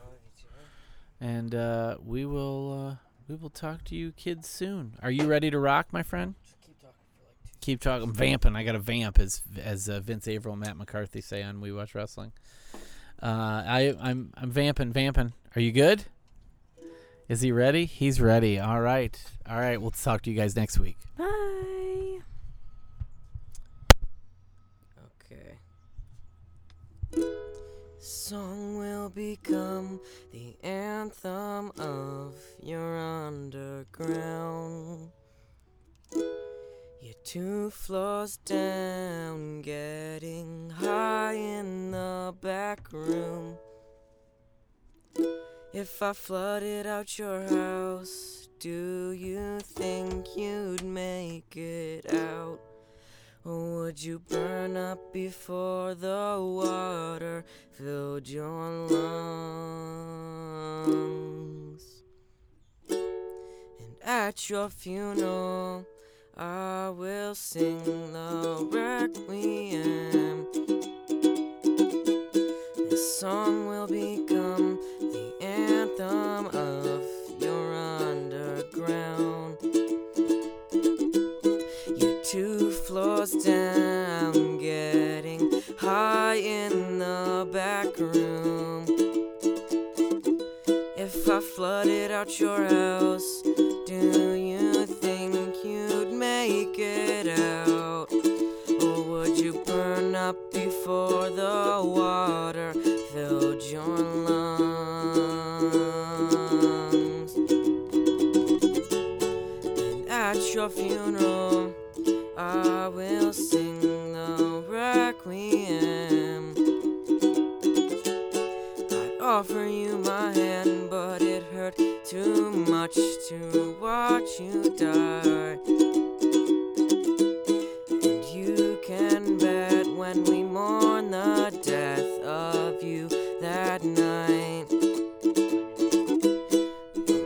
Speaker 2: and uh, we will uh, we will talk to you kids soon. Are you ready to rock, my friend? Keep talking. I'm vamping. I got a vamp, as as uh, Vince Averill and Matt McCarthy say on We Watch Wrestling. Uh, I I'm I'm vamping, vamping. Are you good? Is he ready? He's ready. All right, all right. We'll talk to you guys next week.
Speaker 3: Bye.
Speaker 5: Okay. Song will become the anthem of your underground. You're two floors down, getting high in the back room. If I flooded out your house, do you think you'd make it out? Or would you burn up before the water filled your lungs? And at your funeral, I will sing the requiem. This song will become the anthem of your underground. You're two floors down, getting high in the back room. If I flooded out your house, do you think you'd make it out? Or would you burn up before the water filled your lungs? And at your funeral, I will sing the requiem. I offer you my hand, but it hurt too much to watch you die. And you can bet when we mourn the death of you that night.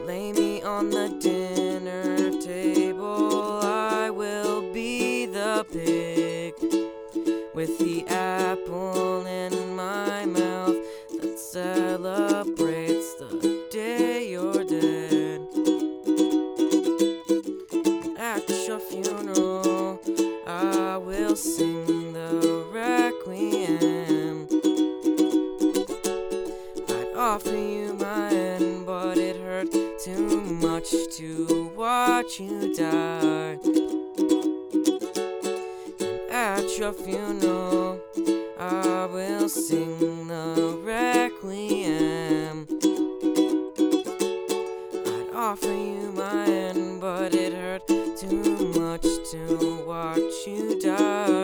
Speaker 5: Lay me on the dinner table. I will be the pig with the apple in my mouth. too much to watch you die. At your funeral, I will sing the requiem. I'd offer you my hand, but it hurt too much to watch you die.